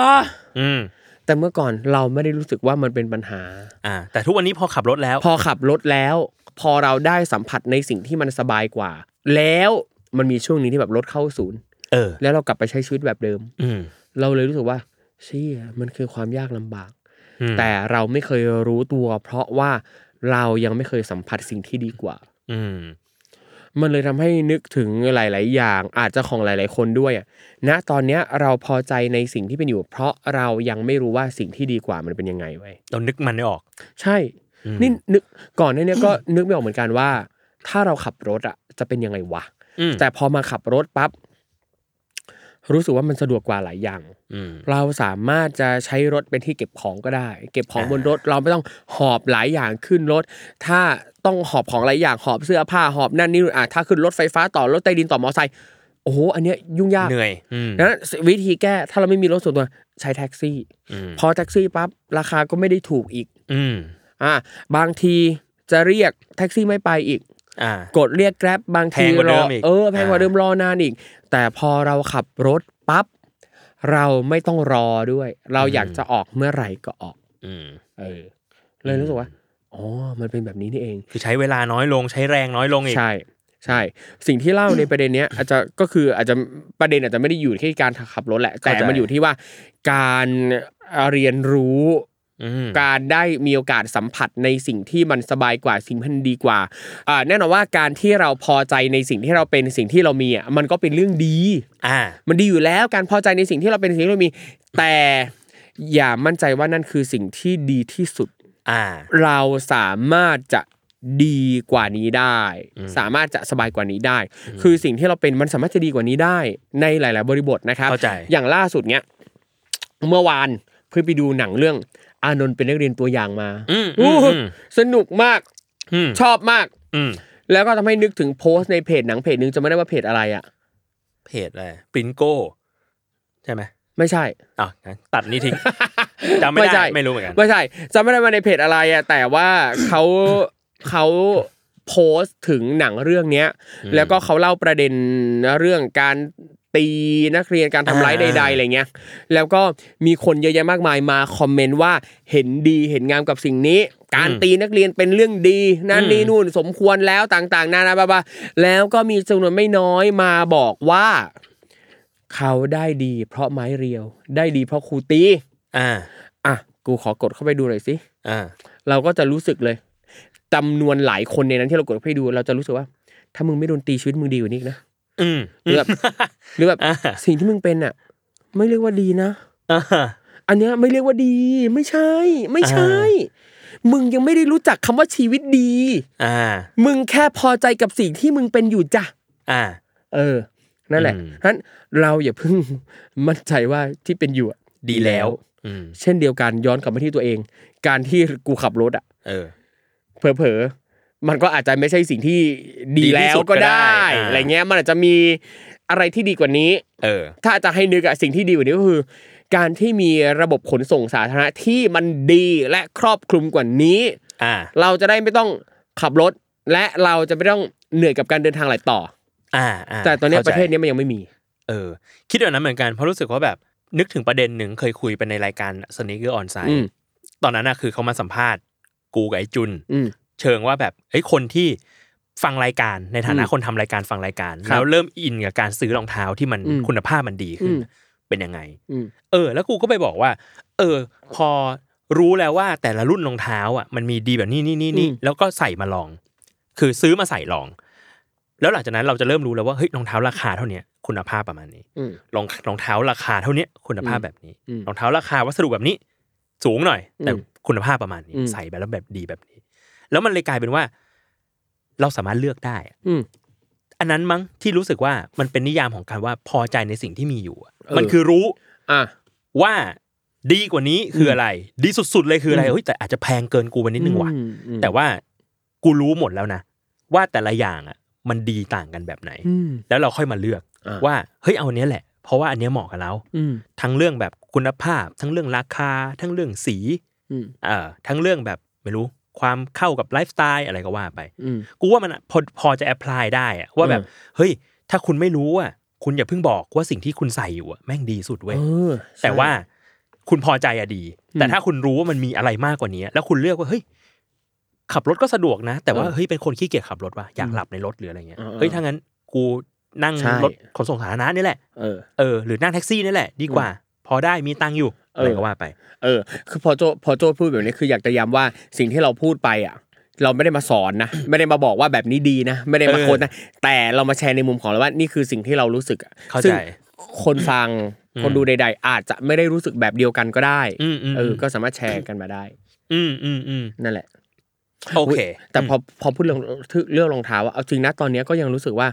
S1: อืม
S2: แต่เมื่อก่อนเราไม่ได้รู้สึกว่ามันเป็นปัญหา
S1: อ่า แต่ทุกวันนี้พอขับรถแล้ว
S2: พอขับรถแล้ว พอเราได้สัมผัสในสิ่งที่มันสบายกว่า แล้วมันมีช่วงนี้ที่แบบรถเข้าศูนย์
S1: เออ
S2: แล้วเรากลับไปใช้ชีวิตแบบเดิม
S1: อืม
S2: เราเลยรู้สึกว่าเชี่ยมันคือความยากลำบาก
S1: อืม
S2: แต่เราไม่เคยรู้ตัว เพราะว่าเรายังไม่เคยสัมผัสสิ่งที่ดีกว่า
S1: อืม
S2: มันเลยทำให้นึกถึงหลาย ๆ อย่างอาจจะของหลาย ๆ คนด้วยอะณตอนเนี้ยเราพอใจในสิ่งที่เป็นอยู่ เพราะเรายังไม่รู้ว่าสิ่งที่ดีกว่ามันเป็นยังไงไว้ย
S1: เรานึกมันไม่ออก
S2: ใช่
S1: อืม
S2: นี่นึกก่อนหน้าเนี้ยก็ นึกไม่ออกเหมือนกันว่า ถ้าเราขับรถอะจะเป็นยังไงวะ
S1: อืม
S2: แต่พอมาขับรถปั๊บ รู้สึกว่ามันสะดวกกว่าหลายอย่าง
S1: อืม
S2: เราสามารถจะใช้รถเป็นที่เก็บของก็ได้ เก็บของ
S1: อ่า
S2: บนรถเราไม่ต้องหอบหลายอย่างขึ้นรถ ถ้าต้องหอบของหลายอย่างหอบเสื้อผ้าหอบนั่นนี่นู่นอ่ะถ้าขึ้นรถไฟฟ้าต่อรถใต้ดินต่อมอไซค์โอ้โหอันเนี้ยยุ่งยาก
S1: เหนื่อยอืม
S2: ดังนั้นวิธีแก้ถ้าเราไม่มีรถส่วนตัวใช้แท็กซี่
S1: อืม
S2: พอแท็กซี่ปั๊บราคาก็ไม่ได้ถูกอีก
S1: อืม
S2: อ่ะบางทีจะเรียกแท็กซี่ไม่ไปอีก
S1: อ่า
S2: กดเรียกแกร็บบางที
S1: แพงกว่าร เดิ
S2: อ
S1: มอีก
S2: เออแพงกว่า
S1: อ่า
S2: เดิมรอนานอีก แต่พอเราขับรถปั๊บเราไม่ต้องรอด้วย เราอยากจะออกเมื่อไหร่ก็ออก
S1: อืม
S2: เออ เลยรู้สึกว่าอ๋อมันเป็นแบบนี้นี่เอง
S1: คือใช้เวลาน้อยลงใช้แรงน้อยลงอีก
S2: ใช่ ใช่ สิ่งที่เล่าในประเด็นเนี้ย อาจจะก็คืออาจจะประเด็นอาจจะไม่ได้อยู่ที่การขับรถแหละ แต่
S1: เข้าใจ
S2: มันอยู่ที่ว่าการเรียนรู้
S1: อืม
S2: การได้มีโอกาสสัมผัสในสิ่งที่มันสบายกว่าสิ่งที่มันดีกว่าอ่าแน่นอนว่าการที่เราพอใจในสิ่งที่เราเป็นสิ่งที่เรามีอ่ะมันก็เป็นเรื่องดี
S1: อ่า
S2: มันดีอยู่แล้วการพอใจในสิ่งที่เราเป็นสิ่งที่เรามี แต่อย่ามั่นใจว่านั่นคือสิ่งที่ดีที่สุด
S1: อ่า
S2: เราสามารถจะดีกว่านี้ได้ สามารถจะสบายกว่านี้ได้ คือสิ่งที่เราเป็นมันสามารถจะดีกว่านี้ได้ ในหลาย ๆ บริบทนะครับ
S1: เข้าใจ
S2: อย่างล่าสุดเนี้ยเมื่อวานเพื่อไปดูหนังเรื่อง อานนท์เป็นนักเรียนตัวอย่างมา
S1: อืมอืม
S2: อู้สนุกมาก
S1: อืม
S2: ชอบมาก
S1: อืม
S2: แล้วก็ทำให้นึกถึงโพสต์ในเพจหนังเพจหนึ่งจะไม่ได้ว่าเพจอะไรอ่ะ
S1: เพจอะไรปรินโก้ใช่ไหม
S2: ไม่ใช่
S1: อ่ะงั้นตัดนี้ ทิ้ง จำไม่ได้
S2: ใช่
S1: ไม่รู้เหมือนกัน
S2: ไม่ใช่จำไม่ได้ว่าในเพจอะไรอ่ะแต่ว่าเขาเขาโพสต์ถึงหนังเรื่องเนี้ย แล้วก็เขาเล่าประเด็นเรื่องการตีนักเรียนการทำร้าย
S1: อ่า
S2: ใดๆอะไรเงี้ย แล้วก็มีคนเยอะแยะมากมายมาคอมเมนต์ว่าเห็นดีเห็นงามกับสิ่งนี้ การตีนักเรียนเป็นเรื่องดีนั่นนี่นู่นสมควรแล้วต่างๆนานาบ้าๆแล้วก็มีจำนวนไม่น้อยมาบอกว่า เขาได้ดีเพราะไม้เรียว ได้ดีเพราะครูตี
S1: อ่า
S2: อ่ะ กูขอกดเข้าไปดูหน่อยสิ
S1: อ่า
S2: เราก็จะรู้สึกเลยจำนวนหลายคนในนั้นที่เรากดเข้าไปดู เราจะรู้สึกว่า ถ้ามึงไม่โดนตีชีวิตมึงดีกว่านี้อีกนะ
S1: อืม
S2: หรือแบบ หรือแบบ
S1: อ่า
S2: สิ่งที่มึงเป็นอ่ะ ไม่เรียกว่าดีนะ
S1: อ่า
S2: อันเนี้ยไม่เรียกว่าดี ไม่ใช่ ไม่ใช่
S1: อ่
S2: มึงยังไม่ได้รู้จักคำว่าชีวิตดี
S1: อ่า
S2: มึงแค่พอใจกับสิ่งที่มึงเป็นอยู่จ้ะ
S1: อ่า
S2: เออ นั่นแหละ
S1: อืม
S2: นั้นเราอย่าเพิ่ง มั่นใจว่าที่เป็นอยู่อะ
S1: ดีแล้ว อืม
S2: เช่นเดียวกันย้อนกลับมาที่ตัวเอง การที่กูขับรถอ่ะ
S1: เออ
S2: เผลอๆ มันก็อาจจะไม่ใช่สิ่งที่ดี
S1: ดีที่
S2: แล้ว
S1: สุด
S2: ก็
S1: ก็ได้
S2: ได้
S1: อ่า
S2: อะไรเงี้ย มันอาจจะมีอะไรที่ดีกว่านี้
S1: เออ
S2: ถ้าจะให้นึกอะสิ่งที่ดีกว่านี้ก็คือ การที่มีระบบขนส่งสาธารณะที่มันดีและครอบคลุมกว่านี้
S1: อ่า
S2: เราจะได้ไม่ต้องขับรถ และเราจะไม่ต้องเหนื่อยกับการเดินทางหลายต่อ
S1: อ่าอ่า
S2: แต่ตอนเนี้ย
S1: ข้า
S2: ป
S1: ใจ
S2: ระเทศเนี้ยมันยังไม่มี
S1: เออคิดแบบนั้นเหมือนกันเพราะรู้สึกว่าแบบนึกถึงประเด็นหนึ่งเคยคุยไปในรายการสนิเกอร์ออนไซ
S2: อืม
S1: ตอนนั้นน่ะคือเขามาสัมภาษณ์กูกับไอจุน
S2: อืม
S1: เชิงว่าแบบเอ้ยคนที่ฟังรายการในฐานะ
S2: อืม
S1: คนทำรายการฟังรายการ
S2: ครับ
S1: แล้วเริ่มอินกับการซื้อรองเท้าที่มัน
S2: อืม
S1: คุณภาพมันดีขึ้น
S2: อืม
S1: เป็นยังไง
S2: อืม
S1: เออ แล้วกูก็ไปบอกว่า เออ พอรู้แล้วว่าแต่ละรุ่นรองเท้าอ่ะมันมีดีแบบนี้นี่นี่นี่
S2: อืม
S1: แล้วก็ใส่มาลอง คือซื้อมาใส่ลอง แล้วหลังจากนั้นเราจะเริ่มรู้แล้วว่าเฮ้ยรองเท้าราคาเท่าเนี้ยคุณภาพประมาณนี้
S2: อืม
S1: รองรองเท้าราคาเท่าเนี้ยคุณภาพแบบนี้
S2: อืม
S1: รองเท้าราคาวัสดุแบบนี้ สูงหน่อย แต่
S2: อืม
S1: คุณภาพประมาณนี้
S2: อืม
S1: ใส่แบบแล้วแบบดีแบบนี้ แล้วมันเลยกลายเป็นว่า เราสามารถเลือกได้
S2: อืม
S1: อันนั้นมั้งที่รู้สึกว่ามันเป็นนิยามของการว่าพอใจในสิ่งที่มีอยู่อะ
S2: เออ
S1: มันคือรู้
S2: อ่ะ
S1: ว่าดีกว่านี้คืออะไร ดีสุดๆเลยคืออะไร
S2: อืม
S1: เฮ้ยแต่อาจจะแพงเกินกูไปนิดนึงว่ะ
S2: อืมอืม
S1: แต่ว่ากูรู้หมดแล้วนะว่าแต่ละอย่างอ่ะ มันดีต่างกันแบบไหน
S2: อืม
S1: แล้วเราค่อยมาเลือก
S2: อ่า
S1: ว่าเฮ้ยเอาอันเนี้ยแหละ เพราะว่าอันเนี้ยเหมาะกับเรา
S2: อืม
S1: ทั้งเรื่องแบบคุณภาพ ทั้งเรื่องราคา ทั้งเรื่องสี
S2: อืม
S1: เอ่อทั้งเรื่องแบบไม่รู้ความเข้ากับไลฟ์สไตล์อะไรก็ว่าไป
S2: อืม
S1: กูว่ามันอะพอพอจะแอพพลายได้อะว่าแบบ
S2: อืม
S1: เฮ้ย ถ้าคุณไม่รู้อ่ะคุณอย่าเพิ่งบอกว่าสิ่งที่คุณใส่อยู่อะแม่งดีสุดเว้ย
S2: เออใช่
S1: แต่ว่าคุณพอใจอะดี แต่
S2: อืม
S1: ถ้าคุณรู้ว่ามันมีอะไรมากกว่านี้ แล้วคุณเลือกว่าเฮ้ยขับรถก็สะดวกนะ แต่ว่า
S2: เออ
S1: เฮ้ยเป็นคนขี้เกียจขับรถว่ะอยากหลับในรถหรืออะไรเงี้ย
S2: เออเออ
S1: เฮ้ยถ้างั้นกูนั่ง
S2: ใช่
S1: รถขนส่งสาธารณะนี่แหละ
S2: เออ
S1: เออหรือนั่งแท็กซี่นี่แหละดีกว่า พอได้มีตังค์อยู่
S2: เอออ
S1: อะไรก็ว่าไป
S2: เออ คือพอโจพอโจพูดแบบนี้คืออยากจะย้ำว่าสิ่งที่เราพูดไปอ่ะ เราไม่ได้มาสอนนะ ไม่ได้มาบอกว่าแบบนี้ดีนะ ไม่ได้มา
S1: เออ
S2: โค้ดนะแต่เรามาแชร์ในมุมของเราว่านี่คือสิ่งที่เรารู้สึกอะ
S1: เข้าใจ
S2: ซึ่งคนฟัง
S1: อืม
S2: คนดูใด ๆ อาจจะไม่ได้รู้สึกแบบเดียวกันก็ได้
S1: อืมอืม
S2: เออ ก็สามารถแชร์กันมาได้
S1: อืมอืมอืม
S2: นั่นแหละ
S1: โอเค
S2: ยแต่พอพอพูดเรื่องเรื่องรองเท้าอะเอาจริงนะตอนเนี้ยก็ยังรู้สึกว่า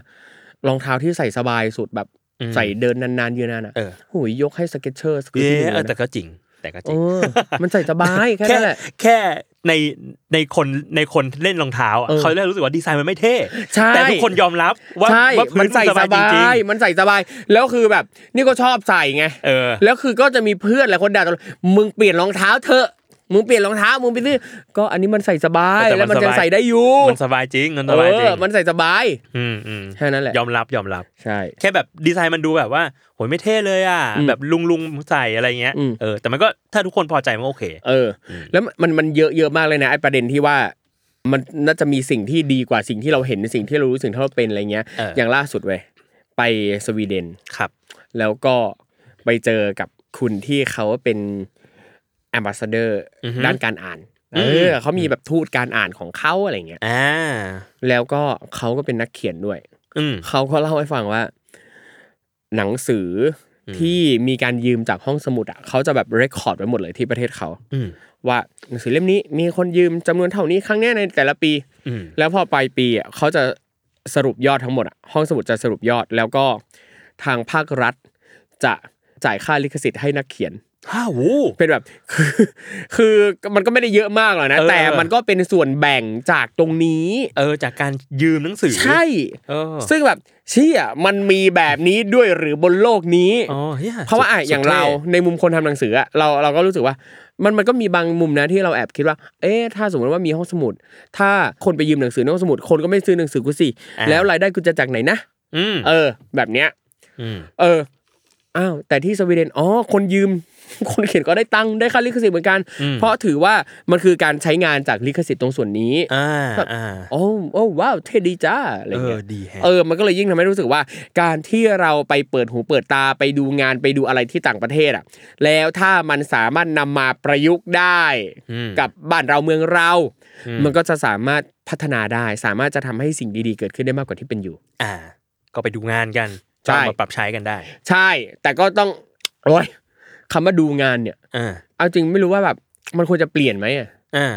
S2: รองเท้าที่ใส่สบายสุดแบบ
S1: อืม
S2: ใส่เดินนานๆยืนนานอ่ะ
S1: เออ
S2: โหุยยกให้สเก็ตเชอร์ส
S1: เย้เออแต่
S2: นะ
S1: ก็จริง แต่ก็จ
S2: เอ
S1: ริง
S2: อมันใส่สบายแค่นั้นแหละ
S1: แค่ในในคนในคนเล่นรองเท้าอะ
S2: เออ
S1: เขาเริ่มรู้สึกว่าดีไซน์มันไม่เท่
S2: ใช่
S1: แต่ทุกคนยอมรับว่า
S2: ใช่
S1: ว่าพื้
S2: มัน นใส่ส
S1: จ
S2: บา
S1: ริง
S2: ย มันใส่สบาย แล้วคือแบบ นี่ก็ชอบใส่ไง
S1: ๆเออ
S2: แล้วคือก็จะมีเพื่อนหลายคนด่าตลอดมึงเปลี่ยนรองเท้าเถอะ มึงเปลี่ยนรองเท้า มึงไปซื้อก็อันนี้มันใส่สบาย
S1: แต่มัน
S2: แล้วมันจะ
S1: สบาย
S2: ใส่ได้อยู่
S1: มันสบายจริงมัน
S2: เอ
S1: สบายจริง
S2: อมันใส่สบาย
S1: อืมอืม
S2: แค่นั้นแหละ
S1: ยอมรับยอมรับ
S2: ใช่
S1: แค่แบบดีไซน์มันดูแบบว่าโหยไม่เท่เลยอ่ะ
S2: อืม
S1: แบบลุงลุงใส่อะไรเงี้ย
S2: อืม
S1: เออแต่มันก็ถ้าทุกคนพอใจมันก็โอเค
S2: เอออ แล้วมันมันเยอะเยอะมากเลยนะไอประเด็นที่ว่ามันน่าจะมีสิ่งที่ดีกว่าสิ่งที่เราเห็นสิ่งที่เรารู้สิ่งที่เราเป็นอะไรเงี้ย
S1: เอออ
S2: อย่างล่าสุดเว้ยไปสวีเดน
S1: ครับ
S2: แล้วก็ไปเจอกับคุณที่เขาเป็นแอมบาสเดอร์
S1: อือฮึ
S2: ด้านการอ่าน
S1: อื
S2: เอ
S1: ม
S2: อเขามีแบบทูตการอ่านของเขาอะไรเงี้ย
S1: อ่า
S2: แล้วก็เขาก็เป็นนักเขียนด้วย
S1: อืม
S2: เขาก็เล่าให้ฟังว่า หนังสืออที่มีการยืมจากห้องสมุดอ่ะเขาจะแบบเรคคอร์ดไว้หมดเลยที่ประเทศเขา
S1: อืม
S2: ว่าหนังสือเล่มนี้มีคนยืมจำนวนเท่านี้ครั้งเนี้ยในแต่ละปี
S1: อืม
S2: แล้วพอปลายปีอ่ะเขาจะสรุปยอดทั้งหมดอ่ะห้องสมุดจะสรุปยอด แล้วก็ทางภาครัฐจะจ่ายค่าลิขสิทธิ์ให้นักเขียน
S1: ฮ่าวู้
S2: เป็นแบบ คือคือมันก็ไม่ได้เยอะมากหรอกนะ
S1: เออ
S2: แต่มันก็เป็นส่วนแบ่งจากตรงนี้
S1: เออจากการยืมหนังสือ
S2: ใช่
S1: เออ
S2: ซึ่งแบบเชี่ยมันมีแบบนี้ด้วยหรือบนโลกนี้
S1: อ๋อหี้ย
S2: เพราะว่าอ่ะ
S1: สุด
S2: อย่างเรา
S1: ท่
S2: ในมุมคนทำหนังสืออะเราเราก็รู้สึกว่า มันมันก็มีบางมุมนะที่เราแอบคิดว่า เอ๊ะถ้าสมมติว่ามีห้องสมุด ถ้าคนไปยืมหนังสือในห้องสมุด คนก็ไม่ซื้อหนังสือกูสิ
S1: อ่า
S2: แล้วรายได้กูจะจากไหนนะ
S1: อืม
S2: เออ แบบเนี้ย
S1: อืม
S2: เอออ้าวแต่ที่สวีเดนอ๋อคนยืม คนเขียนก็ได้ตังค์ได้ค่าลิขสิทธิ์เหมือนกัน
S1: อืม
S2: เพราะถือว่ามันคือการใช้งานจากลิขสิทธิ์ตรงส่วนนี้
S1: อ่าอ่า
S2: โอ้โอ้ว้าวเท่ดีจ้าอะไร
S1: เอ
S2: เงี้
S1: อย ดีแฮะ
S2: เออ มันก็เลยยิ่งทำให้รู้สึกว่า การที่เราไปเปิดหูเปิดตาไปดูงานไปดูอะไรที่ต่างประเทศอ่ะ แล้วถ้ามันสามารถนำมาประยุกต์ได้
S1: อืม
S2: กับบ้านเราเมืองเรา มันก็จะสามารถพัฒนาได้ สามารถจะทำให้สิ่งดีๆเกิดขึ้นได้มากกว่าที่เป็นอยู่
S1: อ่า ก็ไปดูงานกัน
S2: ใช่
S1: ก็เอามาปรับใช้กันได้
S2: ใช่ แต่ก็ต้อง โอ้ยคำว่าดูงานเนี่ย
S1: อ่า
S2: เอาจริงไม่รู้ว่าแบบมันควรจะเปลี่ยนไหมอะ
S1: อ่า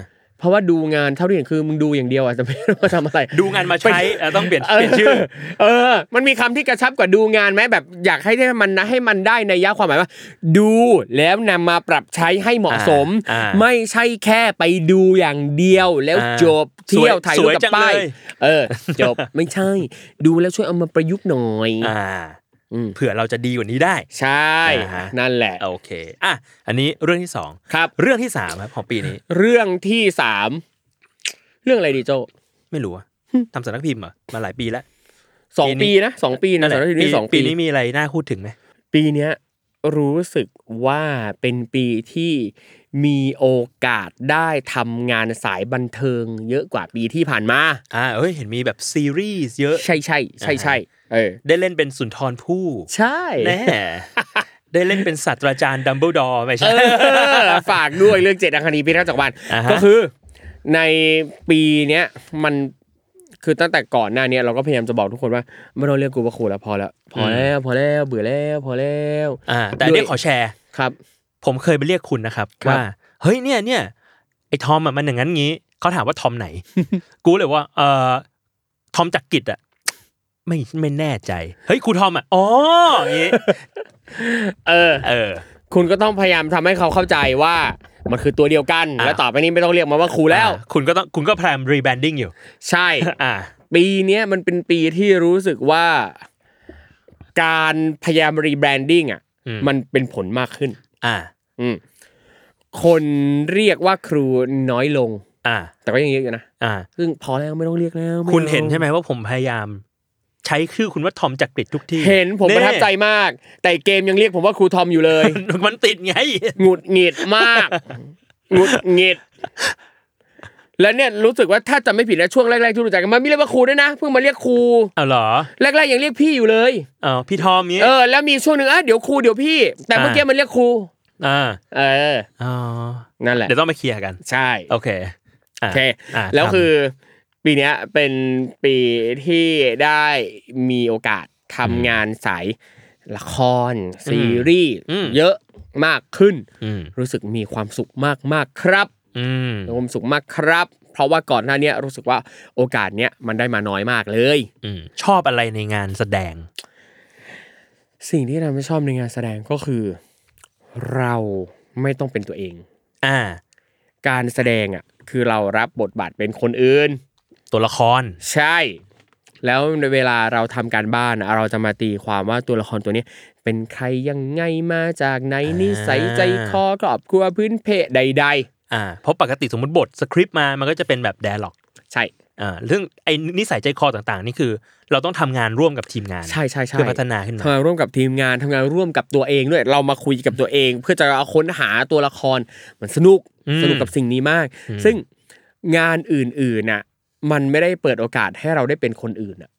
S2: เพราะว่าดูงานเท่าที่เห็นคือมึงดูอย่างเดียวอ่ะจะไม่รู้ว่าทำอะไร
S1: ดูงานมาใช้เออต้องเปลี่ยนเปลี่ยนชื่อ
S2: เออ มันมีคำที่กระชับกว่าดูงานไหมแบบอยากให้ได้มันนะให้มันได้ในยยะความหมายว่า ดูแล้วนำมาปรับใช้ให้เหมาะสม
S1: อ่าอ่า
S2: ไม่ใช่แค่ไปดูอย่างเดียวแล้ว
S1: อ่า
S2: จบเที่ยวถ่ายรูปกั
S1: สวย
S2: บ
S1: จัง
S2: ป้าย
S1: เลย
S2: เออ จบ ไม่ใช่ ดูแล้วช่วยเอามาประยุกต์หน่อย
S1: อ่า
S2: อืม
S1: เผื่อเราจะดีกว่านี้ได้
S2: ใช่
S1: อ่าฮะ
S2: นั่นแหละ
S1: โอเคอ่ะอันนี้เรื่องที่สอง
S2: ครับ
S1: เรื่องที่สามครับของปีนี้
S2: เรื่องที่สามเรื่องอะไรดีโจ
S1: ไม่รู้อะทำสำนักพิมพ์เหรอมาหลายปีแล้ว
S2: สอง
S1: ปี
S2: ปี
S1: นี้
S2: นะสองปีนะ
S1: นั่นแหละ
S2: สำหรับนี้สอง
S1: ปี
S2: ปี
S1: นี้มีอะไรน่าพูดถึงไหม
S2: ปีเนี้ยรู้สึกว่าเป็นปีที่มีโอกาสได้ทำงานสายบันเทิง เยอะกว่าปีที่ผ่านมา
S1: อ่าเอ้ยเห็นมีแบบซีรีส์เยอะ
S2: ใช่ใช่ใช่ใช่เออ
S1: ได้เล่นเป็นสุนทรภู่
S2: ใช่
S1: แน่ ได้เล่นเป็นศาสตราจารย์ดัมเบิลดอร์ไม่ใช่
S2: เออฝากด้วยเรื่องเจ็ดอังคณีพิทักษ์จักรวาล
S1: อ่าฮะ
S2: ก็คือในปีเนี้ยมันคือตั้งแต่ก่อนหน้าเนี้ยเราก็พยายามจะบอกทุกคนว่าไม่ต้องเรียกกูว่าครูแล้วพอแล้วพอแล้วพอแล้วเบื่อแล้วพอแล้ว
S1: อ่าแต่อันนี้ขอแชร์
S2: ครับ
S1: ผมเคยไปเรียกคุณนะครับ
S2: ครับ
S1: ว่าเฮ้ยเนี่ยเนี่ยไอ้ทอมอะมันอย่างนั้นงี้เขาถามว่าทอม ไหน กูเลยว่าเอ่อทอมจักรกิจอะไม่ไม่แน่ใจ เฮ้ยครูทอมอะอ๋ออย่างงี้
S2: เออ
S1: เอ อ
S2: คุณก็ต้องพยายามทำให้เขาเข้าใจว่ามันคือตัวเดียวกัน
S1: อ่ะ
S2: และต่อไปนี้ไม่ต้องเรียกมันว่าครูแล้ว
S1: อ่ะคุณก็ต้องคุณก็พยายามรีแบรนดิ้งอยู่
S2: ใช่
S1: อ่า
S2: ปีเนี้ยมันเป็นปีที่รู้สึกว่า การพยายามรีแบรนดิ้งอ่ะ
S1: อืม
S2: มันเป็นผลมากขึ้น
S1: อ่า
S2: อืมคนเรียกว่าครูน้อยลง
S1: อ่า
S2: แต่ก็ยังเยอะอยู่นะ
S1: อ่า
S2: ซึ่งพอแล้วไม่ต้องเรียกแล้วไม่
S1: คุณ
S2: อา
S1: เห็นใช่ไหมว่าผมพยายาม ใช้ชื่อคุณว่าทอมจักรกิจทุกที่
S2: เห็นผมประทับใจ
S1: เ
S2: มาก แต่เกมยังเรียกผมว่าครูทอมอยู่เลย
S1: น่มันติดไง
S2: หงุดหงิดมาก หงุดหงิด แล้วเนี่ยรู้สึกว่าถ้าจำไม่ผิดนะช่วงแรกๆที่รู้จักกันมันไม่เรียกว่าครูด้วยนะเพิ่งมาเรียกครู
S1: เอาเหรอ
S2: แรกๆยังเรียกพี่อยู่เลย
S1: เออพี่ทอมนี้
S2: เออ แล้วมีช่วงหนึ่งอ่ะเดี๋ยวครูเดี๋ยวพี่ แต่เมื่อกี้
S1: อ่ามั
S2: มันเรียกครู
S1: อ่า
S2: เออ
S1: อ๋อ
S2: นั่นแหละ
S1: เดี๋ยวต้องมาเคลียร์กัน
S2: ใช่
S1: โอเค
S2: โอเค
S1: อ่ะ
S2: แล้ว
S1: ทำ
S2: คือปีเนี้ยเป็นปีที่ได้มีโอกาสทำงานสายละคร ซีรีส์
S1: อืม
S2: เยอะมากขึ้น
S1: อืม
S2: รู้สึกมีความสุขมากๆครับ
S1: อืม
S2: มีความสุขมากครับ เพราะว่าก่อนหน้าเนี้ยรู้สึกว่าโอกาสเนี้ยมันได้มาน้อยมากเลย
S1: อืมชอบอะไรในงานแสดง
S2: สิ่งที่เราไม่ชอบในงานแสดงก็คือ เราไม่ต้องเป็นตัวเอง
S1: อ่า
S2: การแสดงอ่ะคือเรารับบทบาทเป็นคนอื่น
S1: ตัวละคร
S2: ใช่ แล้วในเวลาเราทำการบ้านอะเราจะมาตีความว่าตัวละครตัวนี้ เป็นใครยังไงมาจากไหนนิสัยใจคอครอบครัวพื้นเพใด
S1: อ่า เพราะปกติสมมติบทสคริปต์มามันก็จะเป็นแบบ d ด a l ล็อก
S2: ๆ ใช่
S1: อ่าเรื่องไอ้นิสัยใจคอต่างๆ นี่คือ เราต้องทำงานร่วมกับทีมงาน
S2: ใช่ใช่ใช่
S1: เพื่อพัฒนาขึ้นมา
S2: ทำงานร่วมกับทีมงานทำงานร่วมกับตัวเองด้วยเรามาคุยกับตัวเอง เพื่อจะเอาค้นหาตัวละครมันสนุก
S1: อืม
S2: สนุกกับสิ่งนี้มาก ซึ่งงานอื่นๆน่ะมันไม่ได้เปิดโอกาสให้เราได้เป็นคนอื่นน่ะ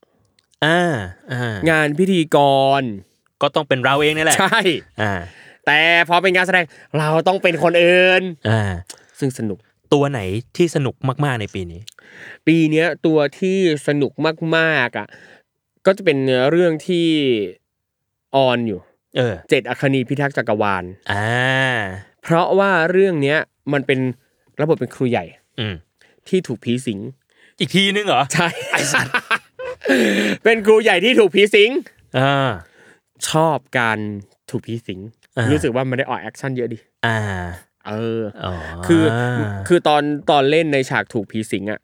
S1: อ่าอ่าง
S2: านพิธีกร
S1: ก็ต้องเป็นเราเองนี่แหละ
S2: ใช่
S1: อ่า
S2: แต่พอเป็นงานแสดงเราต้องเป็นคนอื่น
S1: อ่า
S2: ซึ่งสนุก
S1: ตัวไหนที่สนุกมากๆในปีนี้
S2: ปีเนี้ยตัวที่สนุกมากๆอ่ะก็จะเป็นเรื่องที่ออนอยู่
S1: เออ
S2: เจ็ดอัคนีพิทักษ์จักรวาล
S1: อ่า
S2: เพราะว่าเรื่องเนี้ยมันเป็นระบบทเป็นครูใหญ่
S1: อืม
S2: ที่ถูกผีสิง
S1: อีกทีนึงเหรอ
S2: ใช่ เป็นครูใหญ่ที่ถูกผีสิง
S1: อ่า
S2: ชอบการถูกผีสิง
S1: อ่ารู้
S2: รู้สึกว่ามันได้ออกแอคชั่นเยอะดี
S1: อ่า
S2: เออ
S1: อ๋อ
S2: คือคือตอนตอนเล่นในฉากถูกผีสิงอ่ะ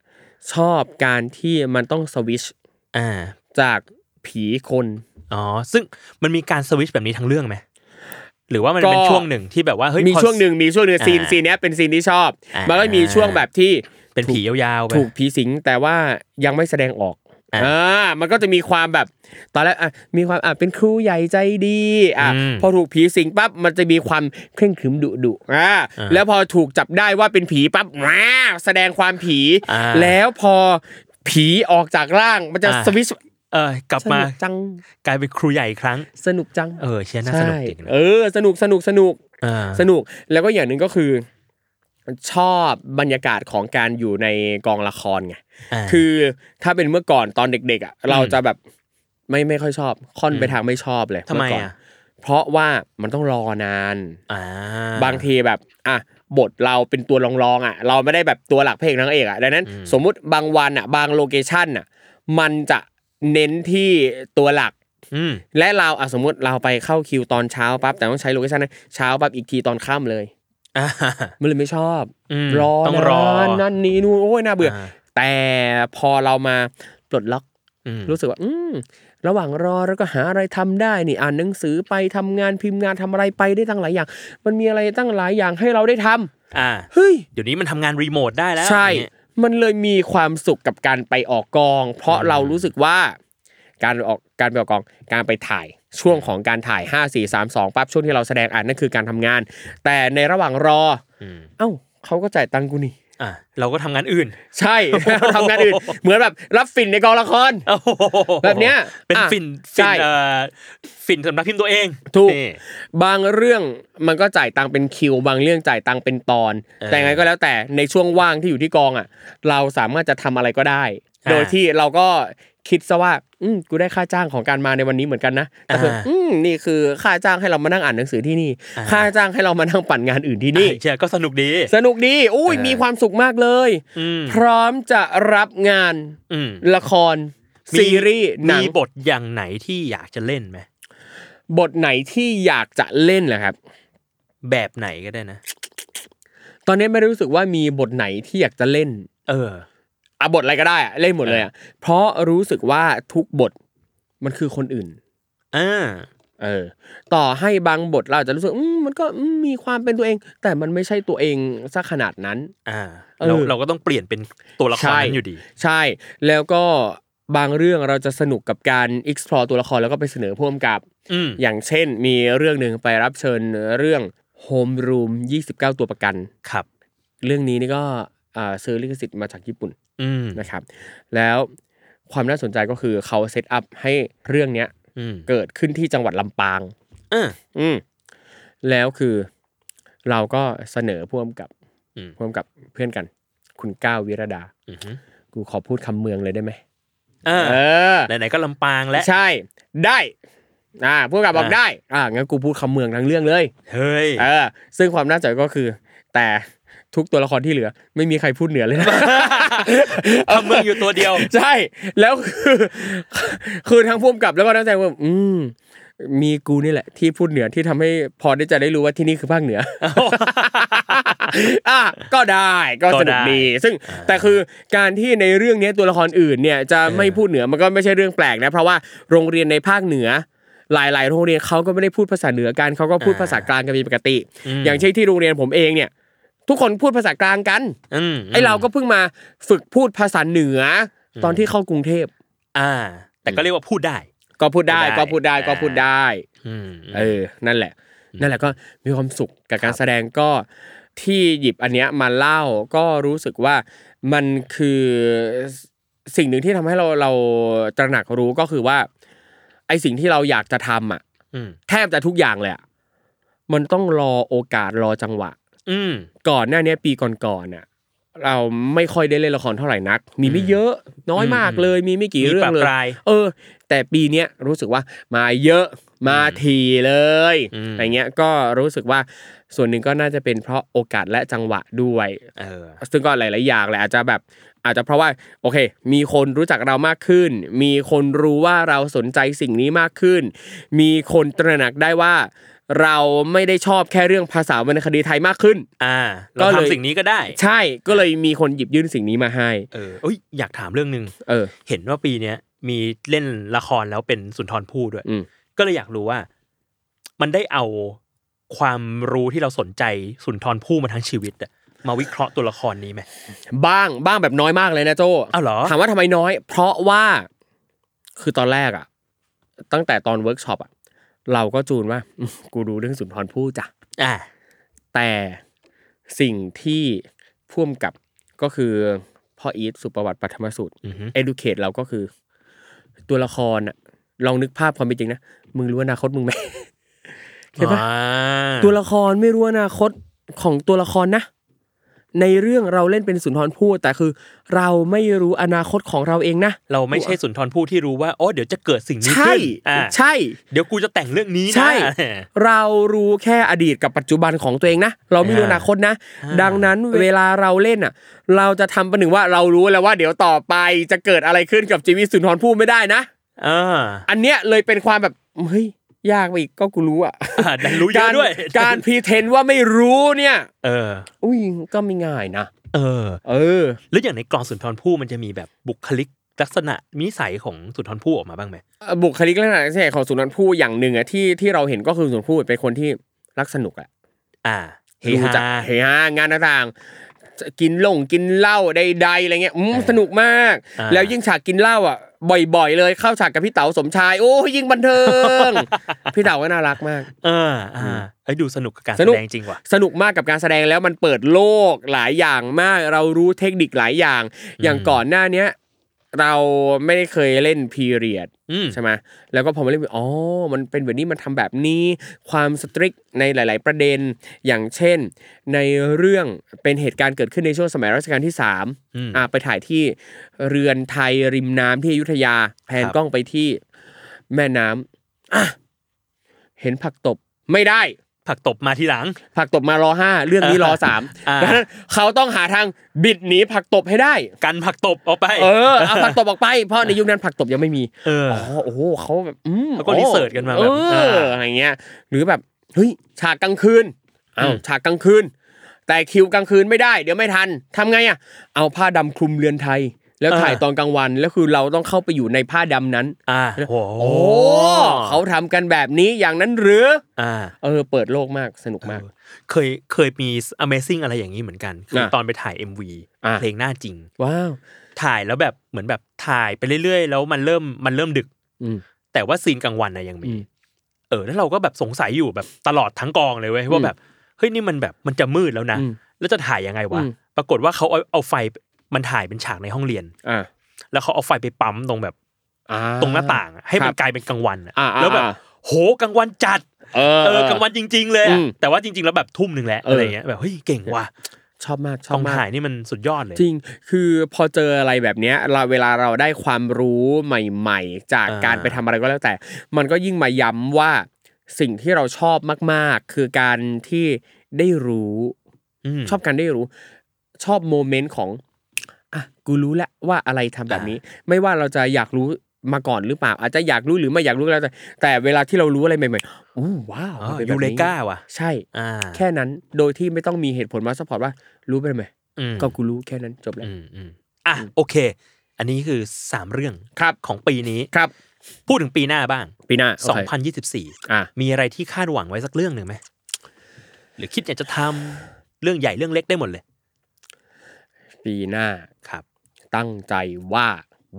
S2: ชอบการที่มันต้องสวิตช
S1: อ่า
S2: จากผีคน
S1: อ๋อ ซึ่งมันมีการสวิตชแบบนี้ทั้งเรื่องไหม หรือว่ามันเป็น
S2: ก็
S1: ช่วงหนึ่งที่แบบว่า เฮ้ย
S2: มี
S1: พอ
S2: ช่วงหนึ่งมีช่วงหนึ่ง
S1: อ่า
S2: ซีนซีนเนี้ยเป็นซีนที่ชอบ
S1: อ่ามั
S2: มันก็มีช่วงแบบที่
S1: เป็นผียาวๆไป
S2: ถูกผีสิงแต่ว่ายังไม่แสดงออก
S1: อ่า
S2: อ่ามันก็จะมีความแบบตอนแรกอ่ะมีความอ่ะเป็นครูใหญ่ใจดีอ่ะ
S1: อืม
S2: พอถูกผีสิงปั๊บมันจะมีความเคร่งขรึมดุดุอ่า
S1: อ่า
S2: แล้วพอถูกจับได้ว่าเป็นผีปั๊บว้าแสดงความผี
S1: อ่า
S2: แล้วพอผีออกจากร่างมันจะ
S1: อ่า
S2: สวิตช์
S1: เออกลับมา
S2: สนุกจัง
S1: กลายเป็นครูใหญ่อีกครั้ง
S2: สนุกจัง
S1: เออเชียน่าสนุกจริงนะ
S2: เออ สนุกสนุกสนุก
S1: อ่า
S2: สนุกแล้วก็อย่างหนึ่งก็คือ ชอบบรรยากาศของการอยู่ในกองละครไง
S1: า
S2: คือถ้าเป็นเมื่อก่อนตอนเด็ก ๆ อ่ะ เราจะแบบไม่ไม่ค่อยชอบ ค่อนไปทางไม่ชอบเลย
S1: ทำไม
S2: เก่น
S1: อ่ะ
S2: เพราะว่ามันต้องรอนาน
S1: อ่า
S2: บางทีแบบอ่ะบทเราเป็นตัวรองๆอ่ะ เราไม่ได้แบบตัวหลักพระเอกนางเอกอ่ะดังนั้น สมมุติบางวันอ่ะ บางโลเคชั่นอ่ะ มันจะเน้นที่ตัวหลัก
S1: อืม
S2: และเราอ่ะสมมติเราไปเข้าคิวตอนเช้าปั๊บแต่ต้องใช้โลเคชั่นนั้นเช้าปั๊บอีกทีตอนค่ำเลย
S1: อ่า
S2: มันเลยไม่ชอบ
S1: อืม
S2: รอ
S1: ต้องรอ
S2: านนั่นนี่นู่นโอ้ยน่าเบื่ออา แต่พอเรามาปลดล็อก
S1: อืม
S2: รู้สึกว่า อืมระหว่างรอเราก็หาอะไรทำได้นี่อ่านหนังสือไปทำงานพิมพ์งานทำอะไรไปได้ตั้งหลายอย่าง มันมีอะไรตั้งหลายอย่างให้เราได้ทำ
S1: อ่า
S2: เฮ้ย
S1: เดี๋ยวนี้มันทำงานรีโมทได้แล้ว
S2: ใช่
S1: อย่างเงี้ย
S2: มันเลยมีความสุขกับการไปออกกอง เพราะเรารู้สึกว่า การออกการไปออกกองการไปถ่ายช่วงของการถ่าย 5 4 3 2ปั๊บช่วงที่เราแสดงอ่านนั่นคือการทำงาน แต่ในระหว่างรอ
S1: อืม
S2: เอ้าเขาก็จ่ายตังค์กูนี่
S1: อ่า เราก็ทำงานอื่น
S2: ใช่ ทำงานอื่น เหมือนแบบรับฝิ่นในกองละคร
S1: โอ้โห
S2: แบบเนี้ย
S1: เป็น
S2: อ่ะ
S1: ฝิ่น
S2: ใช่
S1: ฝิ่นเอ่อฝิ่นสำนักพิมพ์ตัวเอง
S2: ถูก
S1: นี่
S2: บางเรื่องมันก็จ่ายตังค์เป็นคิว บางเรื่องจ่ายตังค์เป็นตอน
S1: เออ
S2: แต่ไงก็แล้วแต่ในช่วงว่างที่อยู่ที่กองอ่ะ เราสามารถจะทำอะไรก็ได้
S1: อ่า
S2: โดยที่เราก็คิดซะว่า อืมกูได้ค่าจ้างของการมาในวันนี้เหมือนกันนะแต่คืออา อืมนี่คือค่าจ้างให้เรามานั่งอ่านหนังสือที่นี่ ค่าจ้างให้เรามานั่งปั่นงานอื่นที่นี่
S1: อ่ะเชียร์ก็สนุกดี
S2: สนุกดีอุ้ย
S1: เออ
S2: มีความสุขมากเลย
S1: อืม
S2: พร้อมจะรับงาน
S1: อืม
S2: ละครซีรีส์หนัง
S1: มีบทอย่างไหนที่อยากจะเล่นไหม
S2: บทไหนที่อยากจะเล่นเหรอครับ
S1: แบบไหนก็ได้นะ
S2: ตอนนี้ไม่ได้รู้สึกว่ามีบทไหนที่อยากจะเล่น
S1: เออ
S2: อะบทอะไรก็ได้อะเล่นหมดเลยอะเพราะรู้สึกว่าทุกบทมันคือคนอื่น
S1: อ่า
S2: เออ ต่อให้บางบทเราอาจจะรู้สึกอืมมันก็อืมมีความเป็นตัวเอง แต่มันไม่ใช่ตัวเองซะขนาดนั้น
S1: อ่า
S2: เออ
S1: เราเราก็ต้องเปลี่ยนเป็นตัวละคร
S2: ใช่
S1: นั้นอยู่ดี
S2: ใช่ แล้วก็บางเรื่องเราจะสนุกกับการ explore ตัวละครแล้วก็ไปเสนอพ่วมกับ
S1: อืม
S2: อย่างเช่น มีเรื่องหนึ่งไปรับเชิญเรื่อง Home Room 29 ตัวประกัน
S1: ครับ
S2: เรื่องนี้นี่ก็อ่าซื้อลิขสิทธิ์มาจากญี่ปุ่น
S1: อืม
S2: นะครับ แล้วความน่าสนใจก็คือเขาเซตอัพให้เรื่องเนี้ย
S1: อืม
S2: เกิดขึ้นที่จังหวัดลำปาง
S1: เออ
S2: อืมแล้วคือเราก็เสนอพ่วมกับ
S1: อืม
S2: พ่วมกับเพื่อนกัน คุณก้าววิรดา
S1: อือหือ
S2: กูขอพูดคำเมืองเลยได้ไหม
S1: อ่า
S2: เออ
S1: ไหนๆก็ลำปางและ
S2: ใช่ได้อ่าพ่วมกับบอก
S1: อ่า
S2: ได้ อ่างั้นกูพูดคำเมืองทั้งเรื่องเลย
S1: เฮ้ย
S2: เออซึ่งความน่าสนใจก็คือ แต่ทุกตัวละครที่เหลือ ไม่มีใครพูดเหนือเลยนะ
S1: ค ำเมืองอยู่ตัวเดียว
S2: ใช่แล้วคือ คือทั้งพุ่มกับแล้วก็นักแสดงว่าอืม มีกูนี่แหละ ที่พูดเหนือที่ทำให้พอได้จะได้รู้ว่าที่นี่คือภาคเหนือ อ่ะก็ได้ก็สนุกดีซึ่งแต่คือการที่ในเรื่องเนี้ยตัวละครอื่นเนี่ยจะไม่พูดเหนือมันก็ไม่ใช่เรื่องแปลกนะเพราะว่าโรงเรียนในภาคเหนือ หลาย ๆ โรงเรียนเขาก็ไม่ได้พูดภาษาเหนือกันเขาก็พูดภาษากลางกันเป็นปกติ อย่างเช่นที่โรงเรียนผมเองเนี่ย ทุกคนพูดภาษากลางกัน
S1: อืม
S2: ไอเราก็เพิ่งมาฝึกพูดภาษาเหนืออตอนที่เข้ากรุงเทพ
S1: อ่า แต่ก็เรียกว่าพูดได้
S2: ก็พูดได้
S1: ก็
S2: ก็
S1: พู
S2: พู
S1: ด
S2: ด
S1: ได้
S2: ได้ก็พูดได้
S1: อืม
S2: เออ นั่นแหละ นั่นแหละก็มีความสุขกับการแสดงก็ที่หยิบอันเนี้ยมาเล่าก็รู้สึกว่ามันคือสิ่งหนึ่งที่ทำให้เราเราตระหนักรู้ก็คือว่า ไอสิ่งที่เราอยากจะทำอ่ะ
S1: อืม
S2: แทบจะทุกอย่างเลยอ่ะมันต้องรอโอกาสรอจังหวะ
S1: อืม
S2: ก่อนหน้าเนี้ยปีก่อนๆน่ะเราไม่ค่อยได้เล่นละครเท่าไหร่นัก มีไม่เยอะน้อยมากเลย มีไม่กี่
S1: มี
S2: เรื่อ
S1: ปรับ
S2: งเลย
S1: ปราย
S2: เออ แต่ปีเนี้ยรู้สึกว่ามาเยอะมาทีเลย
S1: อืม
S2: อะไรเงี้ยก็รู้สึกว่าส่วนหนึ่งก็น่าจะเป็นเพราะโอกาสและจังหวะด้วย
S1: เออ
S2: ซึ่งก็หลาย ๆ อย่างแหละอาจจะแบบ อาจจะเพราะว่าโอเค มีคนรู้จักเรามากขึ้น มีคนรู้ว่าเราสนใจสิ่งนี้มากขึ้น มีคนตระหนักได้ว่า เราไม่ได้ชอบแค่เรื่องภาษาวรรณคดีไทยมากขึ้น
S1: อ่า เรา
S2: ก็เลย
S1: ทำสิ่งนี้ก็ได้
S2: ใช่ก็เลยมีคนหยิบยื่นสิ่งนี้มาให้
S1: เออเอ้ยอยากถามเรื่องหนึ่ง
S2: เออ
S1: เห็นว่าปีเนี้ยมีเล่นละครแล้วเป็นสุนทรภู่ด้วย
S2: อืม
S1: ก็เลยอยากรู้ว่า มันได้เอาความรู้ที่เราสนใจสุนทรภู่มาทั้งชีวิตอะมาวิเคราะห์ตัวละครนี้ไหม
S2: บ้างบ้างแบบน้อยมากเลยนะโจ
S1: อ้าวเหรอ
S2: ถามว่าทำไมน้อย เพราะว่าคือตอนแรกอะตั้งแต่ตอนเวิร์กช็อปอะเราก็จูนว่า อืมกูรู้เรื่องสุนทรภู่จ้ะ
S1: อ่า
S2: แต่สิ่งที่พ่วมกับก็คือพ่ออีทสุประวัติปัทมสูตร
S1: อือฮึ
S2: educate เราก็คือ ตัวละครอะลองนึกภาพความเป็นจริงนะ มึงรู้อนาคตมึ งไหม เห็นปะ
S1: อ่า
S2: ตัวละครไม่รู้อนาคตของตัวละครนะ ในเรื่องเราเล่นเป็นสุนทรภู่แต่คือ เราไม่รู้อนาคตของเราเองนะ
S1: เราไม่ใช่สุนทรภู่ที่รู้ว่าโอ้เดี๋ยวจะเกิดสิ่งนี้
S2: ใช่
S1: ขึ้นอ่า
S2: ใช่
S1: เดี๋ยวกูจะแต่งเรื่องนี้นะ
S2: ใช่ เรารู้แค่อดีตกับปัจจุบันของตัวเองนะ เราไม่รู้
S1: อ่า
S2: อนาคตนะ
S1: อ่า
S2: ดังนั้นเวลาเราเล่นอ่ะ เราจะทำประหนึ่งว่าเรารู้แล้วว่าเดี๋ยวต่อไปจะเกิดอะไรขึ้นกับชีวิตสุนทรภู่ไม่ได้นะ
S1: อ่า
S2: อันเนี้ยเลยเป็นความแบบเฮ้ยยากไปอีกก็กูรู้อ่ะ
S1: อ่าดันรู้เย
S2: กา
S1: อะ
S2: ร
S1: ด้วย
S2: การพรีเทนว่าไม่รู้เนี่ย
S1: เออ
S2: อุ้ยก็ไม่ง่ายนะ
S1: เออ
S2: เออ
S1: แล้วอย่างในกรสุนทรภู่มันจะมีแบบบุคลิกลักษณะนิสัยของสุนทรภู่ออกมาบ้างไหม
S2: บุคลิกลักษณะนิสัยของสุนันทผู้อย่างหนึ่งอะที่ที่เราเห็นก็คือสุนันทผู้เป็นคนที่รักสนุกอะ
S1: อ่าเฮ
S2: รู้จัก
S1: ฮา
S2: เฮฮางานต่างๆจะกินลงกินเหล้าใดๆอะไรเงี้ยอืมสนุกมาก
S1: อ่า
S2: แล้วยิ่งฉากกินเหล้าอะบ่อย ๆ เลยเข้าฉากกับพี่เต๋าสมชาย โอ้ยยิ่งบันเทิ ง พี่เต๋าก็น่ารักมาก
S1: เอออ่าไอ้ยดูสนุกกับการ
S2: ส
S1: แส
S2: นุก
S1: ดงจริงว่ะ
S2: สนุกมากกับการแสดงแล้วมันเปิดโลกหลายอย่างมาก เรารู้เทคนิคหลายอย่าง อย่างก่อนหน้าเนี้ยเราไม่ได้เคยเล่นพีเรียด
S1: อืม
S2: ใช่ไหมแล้วก็พอมาเล่นอ๋อ มันเป็นแบบนี้มันทำแบบนี้ ความสตริกในหลาย ๆ ประเด็น อย่างเช่น ในเรื่องเป็นเหตุการณ์เกิดขึ้นในช่วงสมัยรัชกาลที่3าม
S1: อืม
S2: อ่าไปถ่ายที่เรือนไทยริมน้ำที่อยุธยาแพน
S1: ครับ
S2: กล้องไปที่แม่น้ำอ่ะเห็นผักตบไม่ได้
S1: ผักตบมาทีหลัง
S2: ผักตบมารอห้าเรื่อง นี้รอสาม
S1: อ่า
S2: ดังนั้น เขาต้องหาทางบิดหนีผักตบให้ได้
S1: กันผักตบออกไป
S2: เออเอาผักตบออกไป เพราะในยุคนั้นผักตบยังไม่มี
S1: เออ
S2: อ๋อโอ้โหเขาแบบอืม
S1: เขาก็
S2: โอ้
S1: research กันมาแบบ
S2: เออ
S1: อ่า
S2: อะไรเงี้ย หรือแบบเฮ้ยฉากกลางคืนอ้าว
S1: อืม
S2: ฉากกลางคืน แต่คิวกลางคืนไม่ได้ เดี๋ยวไม่ทันทำไงอ่ะเอาผ้าดำคลุมเรือนไทย แล้วถ่ายตอนกลางวันแล้วคือเราต้องเข้าไปอยู่ในผ้าดำนั้น
S1: อ่าโอ้
S2: โอ้เขาทำกันแบบนี้อย่างนั้นหรือ
S1: อ่า
S2: เออ เปิดโลกมากสนุกมาก
S1: เออ เคยเคยมี Amazing อะไรอย่างนี้เหมือนกัน คืออะ ตอนไปถ่าย MV
S2: อ่ะ
S1: เพลงหน้าจริง
S2: ว้าว
S1: ถ่ายแล้วแบบเหมือนแบบถ่ายไปเรื่อยๆ แล้วมันเริ่มมันเริ่มดึก
S2: อืม
S1: แต่ว่าซีนกลางวันนะยังมี
S2: อืม
S1: เออแล้วเราก็แบบสงสัยอยู่แบบตลอดทั้งกองเลยเว้ยว่าแบบเฮ้ยนี่มันแบบมันจะมืดแล้วนะ
S2: อืม
S1: แล้วจะถ่ายยังไงวะ
S2: อืม
S1: ปรากฏว่าเขาเอาเอาไฟมันถ่ายเป็นฉากในห้องเรียน
S2: อ่า
S1: แล้วเขาเอาไฟไปปั๊มตรงแบบ
S2: อ่า
S1: ตรงหน้าต่างอะให้มั
S2: ครั
S1: น
S2: บ
S1: กลายเป็นกลางวันอะ
S2: อ่าอ่า
S1: แล้วแบบ
S2: อ่า
S1: โหกลางวันจัด
S2: เออ
S1: เออกลางวันจริง ๆ เลยอะ
S2: อืม
S1: แต่ว่าจริง ๆ แล้วแบบทุ่มหนึ่งแล้ว
S2: เอออ
S1: อะไรเงี้ยแบบเฮ้ยเก่งว่ะ
S2: ชอบมากช
S1: ก
S2: อ
S1: อบ ง
S2: มาก
S1: ถ่ายนี่มันสุดยอดเลย
S2: จริง คือพอเจออะไรแบบเนี้ยเราเวลาเราได้ความรู้ใหม่ ๆ จาก
S1: อ่า
S2: การไปทำอะไรก็แล้วแต่ มันก็ยิ่งมาย้ำว่าสิ่งที่เราชอบมากๆ คือการที่ได้รู้
S1: ม
S2: ชอบการได้รู้ ชอบโมเมนต์ของ อ่ะ กูรู้แล้วว่าอะไรทำแบบนี้ ไม่ว่าเราจะอยากรู้ มาก่อนหรือเปล่า อาจจะอยากรู้หรือไม่อยากรู้ก็แล้วแต่แต่เวลาที่เรารู้อะไรใหม่ๆอู้ว้าว
S1: อ๋อ
S2: มันเป็นแบบ
S1: ยู
S2: นี้
S1: เลกาว่ะ
S2: ใช่
S1: อ่า
S2: แค่นั้นโดยที่ไม่ต้องมีเหตุผลมาซัพพอร์ตว่า รู้ไปไหม
S1: อืม
S2: ก็กูรู้แค่นั้นจบแล้ว
S1: อืมอืมอ่ะโอเค อันนี้คือสามเรื่อง
S2: ครับ
S1: ของปีนี้
S2: ครับ
S1: พูดถึงปีหน้าบ้าง
S2: ปีหน้าโเค
S1: 2024
S2: อ่ะ
S1: มีอะไรที่คาดหวังไว้สักเรื่องหนึ่งไหม หรือคิดอยากจะทำเรื่องใหญ่เรื่องเล็กได้หมดเลย
S2: ปีหน้า
S1: ครับ
S2: ตั้งใจว่า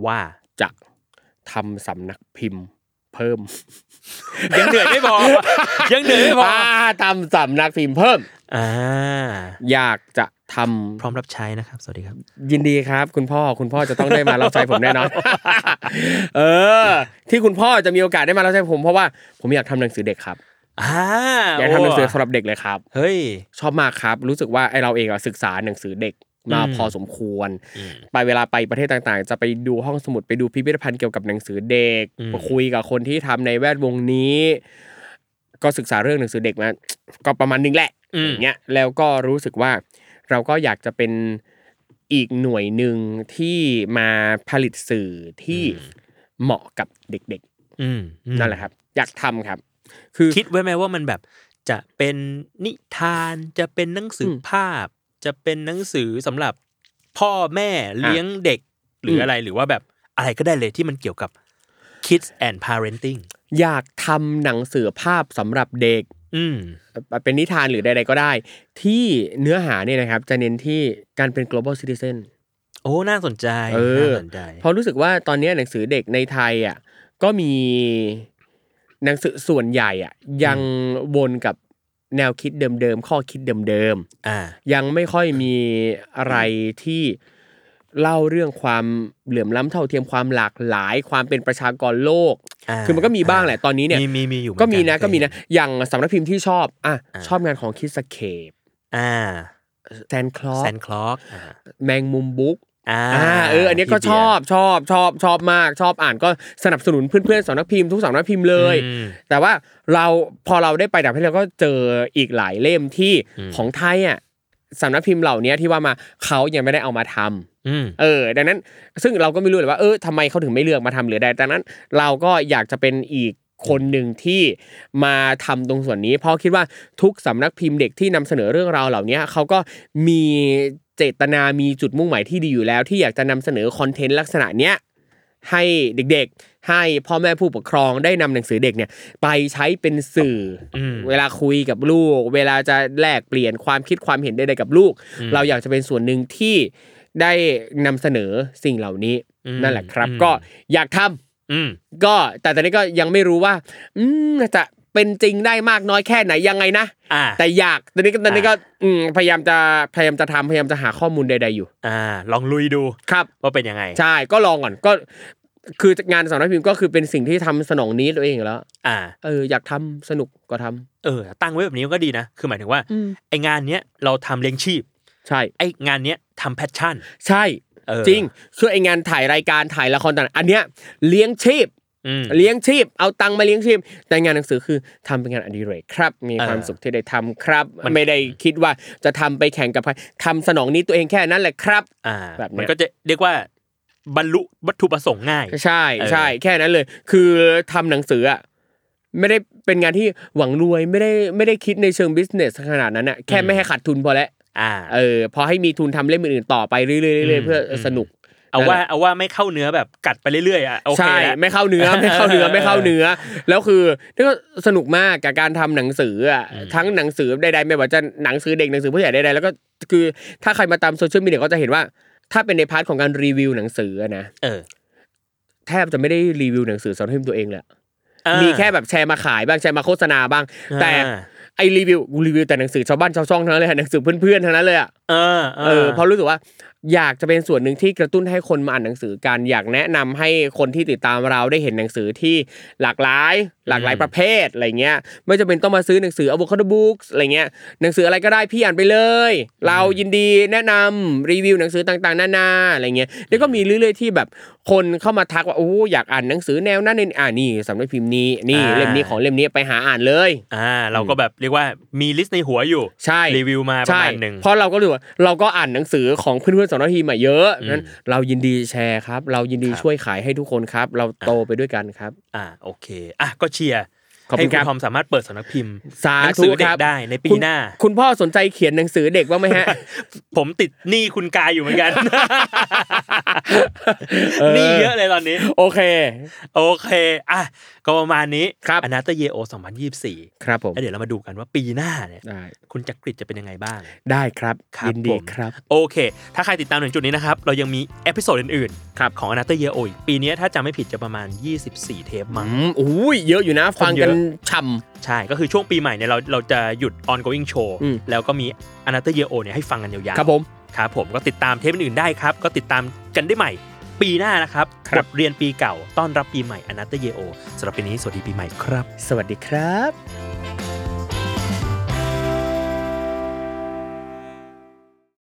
S1: ว่า
S2: จะทำสำนักพิมพ์เพิ่ม
S1: ยังเหนื่อย ไม่พอ ยังเหนื่อยไม่พอ
S2: อ่าทำสำนักพิมพ์เพิ่ม
S1: อ่า
S2: อยากจะทำ
S1: พร้อมรับใช้นะครับ สวัสดีครับ
S2: ยินดีครับ คุณพ่อคุณพ่อจะต้องได้มารับใช้ผมแน่นอน เออ ที่คุณพ่อจะมีโอกาสได้มารับใช้ผมเพราะว่าผมอยากทำหนังสือเด็กครับ
S1: อ่า
S2: อยากทำหนังสือสำหรับเด็กเลยครับ
S1: เฮ้ย
S2: ชอบมากครับ รู้สึกว่าไอเราเองอะศึกษาหนังสือเด็กมา
S1: อืม
S2: พอสมควร
S1: อืม
S2: ไปเวลาไปประเทศต่างๆ จะไปดูห้องสมุดไปดูพิพิธภัณฑ์เกี่ยวกับหนังสือเด็ก
S1: อืม
S2: คุยกับคนที่ทำในแวดวงนี้ ก็ศึกษาเรื่องหนังสือเด็กมา ก็ประมาณนึงแหละอย่างเงี้ยแล้วก็รู้สึกว่าเราก็อยากจะเป็นอีกหน่วยหนึ่งที่มาผลิตสื่อที่เหมาะกับเด็ก
S1: อืมอืม
S2: ๆนั่นแหละครับ อยากทำครับ คือ
S1: คิดไว้ไหมว่ามันแบบจะเป็นนิทานจะเป็นหนังสืออภาพ จะเป็นหนังสือสำหรับพ่อแม่เลี้ยงเด็ก หรืออะไรหรือว่าแบบอะไรก็ได้เลยที่มันเกี่ยวกับ kids and parenting
S2: อยากทำหนังสือภาพสำหรับเด็ก
S1: อืม
S2: เป็นนิทานหรือใดๆก็ได้ ที่เนื้อหาเนี่ยนะครับ จะเน้นที่การเป็น global citizen
S1: โอ้ น่าสนใจ
S2: เออ
S1: น่าสนใจ
S2: เพราะรู้สึกว่าตอนเนี้ยหนังสือเด็กในไทยอ่ะก็มีหนังสือส่วนใหญ่อ่ะยังวนกับแนวคิดเดิมๆข้อคิดเดิม
S1: อ่า
S2: ๆยังไม่ค่อยมีอะไรที่เล่าเรื่องความเหลื่อมล้ำเท่าเทียมความหลากหลาย ความเป็นประชากรโลก
S1: อ่า
S2: คือมันก็มีบ้างแหละตอนนี้เนี่ย
S1: มีมีมีอยู่เหมือนกั
S2: ก็
S1: น
S2: มีนะ
S1: เคย
S2: ก็มีนะอย่างสำนักพิมพ์ที่ชอบอ่ะ
S1: อ่า
S2: ชอบงานของคิดสเคป
S1: อ่า
S2: แซนคลอ
S1: แซ
S2: ส
S1: นคล็อกอ่า
S2: แมงมุมบุ๊ก
S1: อ่า
S2: อ่าเอออันเนี้ยก็
S1: พี่
S2: ช
S1: เบียร์
S2: อบชอบชอบชอบมากชอบอ่านก็สนับสนุนเพื่อนๆสำนักพิมพ์ทุกสำนักพิมพ์เลย
S1: อืม
S2: แต่ว่าเราพอเราได้ไปต่างประเทศเราก็เจออีกหลายเล่มที่ของไทยอ่ะสำนักพิมพ์เหล่านี้ที่ว่ามาเขายังไม่ได้เอามาทำ
S1: อืม
S2: เออ ดังนั้นซึ่งเราก็ไม่รู้เลยว่าเออทำไมเขาถึงไม่เลือกมาทำหรือใดดังนั้น เราก็อยากจะเป็นอีกคนหนึ่งที่มาทำตรงส่วนนี้ เพราะคิดว่าทุกสำนักพิมพ์เด็กที่นำเสนอเรื่องราวเหล่านี้เขาก็มีเจตนามีจุดมุ่งหมายที่ดีอยู่แล้ว ที่อยากจะนำเสนอคอนเทนต์ลักษณะเนี้ยให้เด็กๆ ให้พ่อแม่ผู้ปกครองได้นำหนังสือเด็กเนี่ยไปใช้เป็นสื่ออ
S1: ม
S2: เวลาคุยกับลูก เวลาจะแลกเปลี่ยนความคิดความเห็นใดๆกับลูก เราอยากจะเป็นส่วนหนึ่งที่ได้นำเสนอสิ่งเหล่านี้นั่นแหละครับ ก็อยากทำ
S1: อืม
S2: ก็แต่ตอนนี้ก็ยังไม่รู้ว่า อืมจะเป็นจริงได้มากน้อยแค่ไหนยังไงนะ
S1: อ่า
S2: แต่อยากตอนนี้ก็ตอนนี้ก็อืมพยายามจะพยายามจะทำพยายามจะหาข้อมูลใด ๆอยู่
S1: อ่า ลองลุยดู
S2: ครับ
S1: ว่าเป็นยังไง
S2: ใช่ก็ลองก่อนก็ คืองานสำนักพิมพ์ก็คือเป็นสิ่งที่ทำสนองนี้ตัวเองอยู่แล้ว
S1: อ่า
S2: เอออยากทำสนุกก็ทำ
S1: เออ ตั้งไว้แบบนี้มันก็ดีนะ คือหมายถึงว่า ไองานเนี้ยเราทำเลี้ยงชีพ
S2: ใช่
S1: ไองานเนี้ยทำแพชชั่น
S2: ใช่
S1: เออ
S2: จริงคือไองานถ่ายรายการถ่ายละครต่างๆอันเนี้ยเลี้ยงชีพ
S1: อืม
S2: เลี้ยงชีพเอาตังค์มาเลี้ยงชีพ แต่งานหนังสือคือทำเป็นงานอดิเรกครับ มีความ
S1: เออ
S2: สุขที่ได้ทำครับ
S1: มัน
S2: ไม่ได้คิดว่าจะทำไปแข่งกับใครทำสนองนี้ตัวเองแค่นั้นแหละครับ
S1: อ่า
S2: แบบเนี้ย
S1: มันก็จะเรียกว่าบรรลุวัตถุประสงค์ง่าย
S2: ใช่
S1: เออ
S2: ใช่แค่นั้นเลย คือทำหนังสืออ่ะไม่ได้เป็นงานที่หวังรวยไม่ได้ไม่ได้คิดในเชิงบิสเนสขนาดนั้นอ่ะแค่
S1: อืม
S2: ไม่ให้ขาดทุนพอแล้ว
S1: อ่า
S2: เออพอให้มีทุนทำเล่มอื่นๆต่อไปเรื่อยๆเรื่อยๆเพื่ออ
S1: ม
S2: สนุก
S1: เอาว่า
S2: นั่นแหละ
S1: เอาว่าไม่เข้าเนื้อแบบกัดไปเรื่อยๆอ่ะโอเค
S2: ใช่
S1: แล้ว
S2: ไม่เข้าเนื้ อ ไม่เข้าเนื้อไม่เข้าเนื้อ แล้วคือนี่ก็สนุกมากกับการทำหนังสืออ่ะทั้งหนังสือใดๆไม่ว่าจะหนังสือเด็กหนังสือผู้ใหญ่ใดๆแล้วก็คือถ้าใครมาตามโซเชียลมีเดียก็จะเห็นว่า ถ้าเป็นในพาร์ทของการรีวิวหนังสืออะนะ
S1: เออ
S2: แทบจะไม่ได้รีวิวหนังสือสำนักพิมพ์ตัวเองเลย
S1: อ่า
S2: มีแค่แบบแชร์มาขายบ้างแชร์มาโฆษณาบ้าง
S1: อ่า
S2: แต่ไอรีวิวกูรีวิวแต่หนังสือชาวบ้านชาวช่องทั้งนั้นเลยอะหนังสือเพื่อนๆทั้งนั้นเลยอ่ะ
S1: เออ
S2: เออเพราะรู้สึกว่าอยากจะเป็นส่วนหนึ่งที่กระตุ้นให้คนมาอ่านหนังสือกันอยากแนะนำให้คนที่ติดตามเราได้เห็นหนังสือที่หลากหลาย หลากหลายประเภทอะไรเงี้ยไม่จำเป็นต้องมาซื้อหนังสือ avocado books อะไรเงี้ยหนังสืออะไรก็ได้พี่อ่านไปเลย เรายินดีแนะนำรีวิวหนังสือต่างๆนานาอะไรเงี้ยแล้วก็มีเรื่อยๆที่แบบคนเข้ามาทักว่าโอ้อยากอ่านหนังสือแนวนั้นเนี่ยอ่านี่สำนักพิมพ์นี้นี่เล่มนี้ของเล่มนี้ไปหาอ่านเลย
S1: อ่า เราก็แบบเรียกว่ามีลิสต์ในหัวอยู่
S2: ใช่
S1: รีวิวมาประมาณหนึ่ง
S2: ใช่เพราะเราก็รู้ว่า เราก็อ่านหนังสือของเพื่อนๆสองนาทีมาเยอะนั้นเรายินดีแชร์ครับ เรายินดี
S1: ครับ
S2: ช่วยขายให้ทุกคนครับ เราโตไปด้วยกันครับ
S1: อ่าโอเคอ่ะก็เชียร์
S2: ขอบ
S1: ให้
S2: คุณ
S1: คุ
S2: ครั
S1: ณ
S2: บ
S1: ทอมสามารถเปิดสำนักพิมพ์
S2: สา
S1: หนั
S2: ธุ
S1: สือเด็
S2: ค
S1: ก
S2: รับ
S1: ได้ในปี
S2: คุณ
S1: หน้า
S2: คุณพ่อสนใจเขียนหนังสือเด็กบ้างไหม ฮะ
S1: ผมติดหนี้คุณกายอยู่เหมือนกัน
S2: เออ
S1: หนี้เยอะเลยตอนนี้
S2: โอเค
S1: โอเคอ่ะก็ประมาณนี้
S2: ครับ
S1: อนาเตเยโอ2024
S2: ครับผม
S1: แล้วเดี๋ยวเรามาดูกันว่าปีหน้าเนี่ย
S2: ได้
S1: คุณจักริดจะเป็นยังไงบ้าง
S2: ได้ครับ
S1: ครับ
S2: ยินดี
S1: ผม
S2: ครับ
S1: โอเค ถ้าใครติดตามถึงจุดนี้นะครับ เรายังมีเอพิโซดอื่นๆครับของอนาเตเยโออีกปีนี้ถ้าจำไม่ผิดจะประมาณ 24 เทปมั้ง
S2: อืมอุ้ยเยอะอยู่นะ ฟังกั
S1: เย
S2: น
S1: อะ
S2: ฉ่
S1: ใช่ ก็คือช่วงปีใหม่เนี่ยเราเราจะหยุด ongoing show
S2: อืม
S1: แล้วก็มีอนาเตเยโอเนี่ยให้ฟังกันยาวๆ
S2: ำครับผม
S1: ครับผมก็ติดตามเทปอื่นๆได้ครับ ก็ติดตามกันได้ใหม่ ปีหน้านะครับ
S2: ครับ
S1: ทเรียนปีเก่าต้อนรับปีใหม่อนาเตเยโอสำหรับปีนี้สวัสดีปีใหม่ครับ
S2: สวัสดีครับ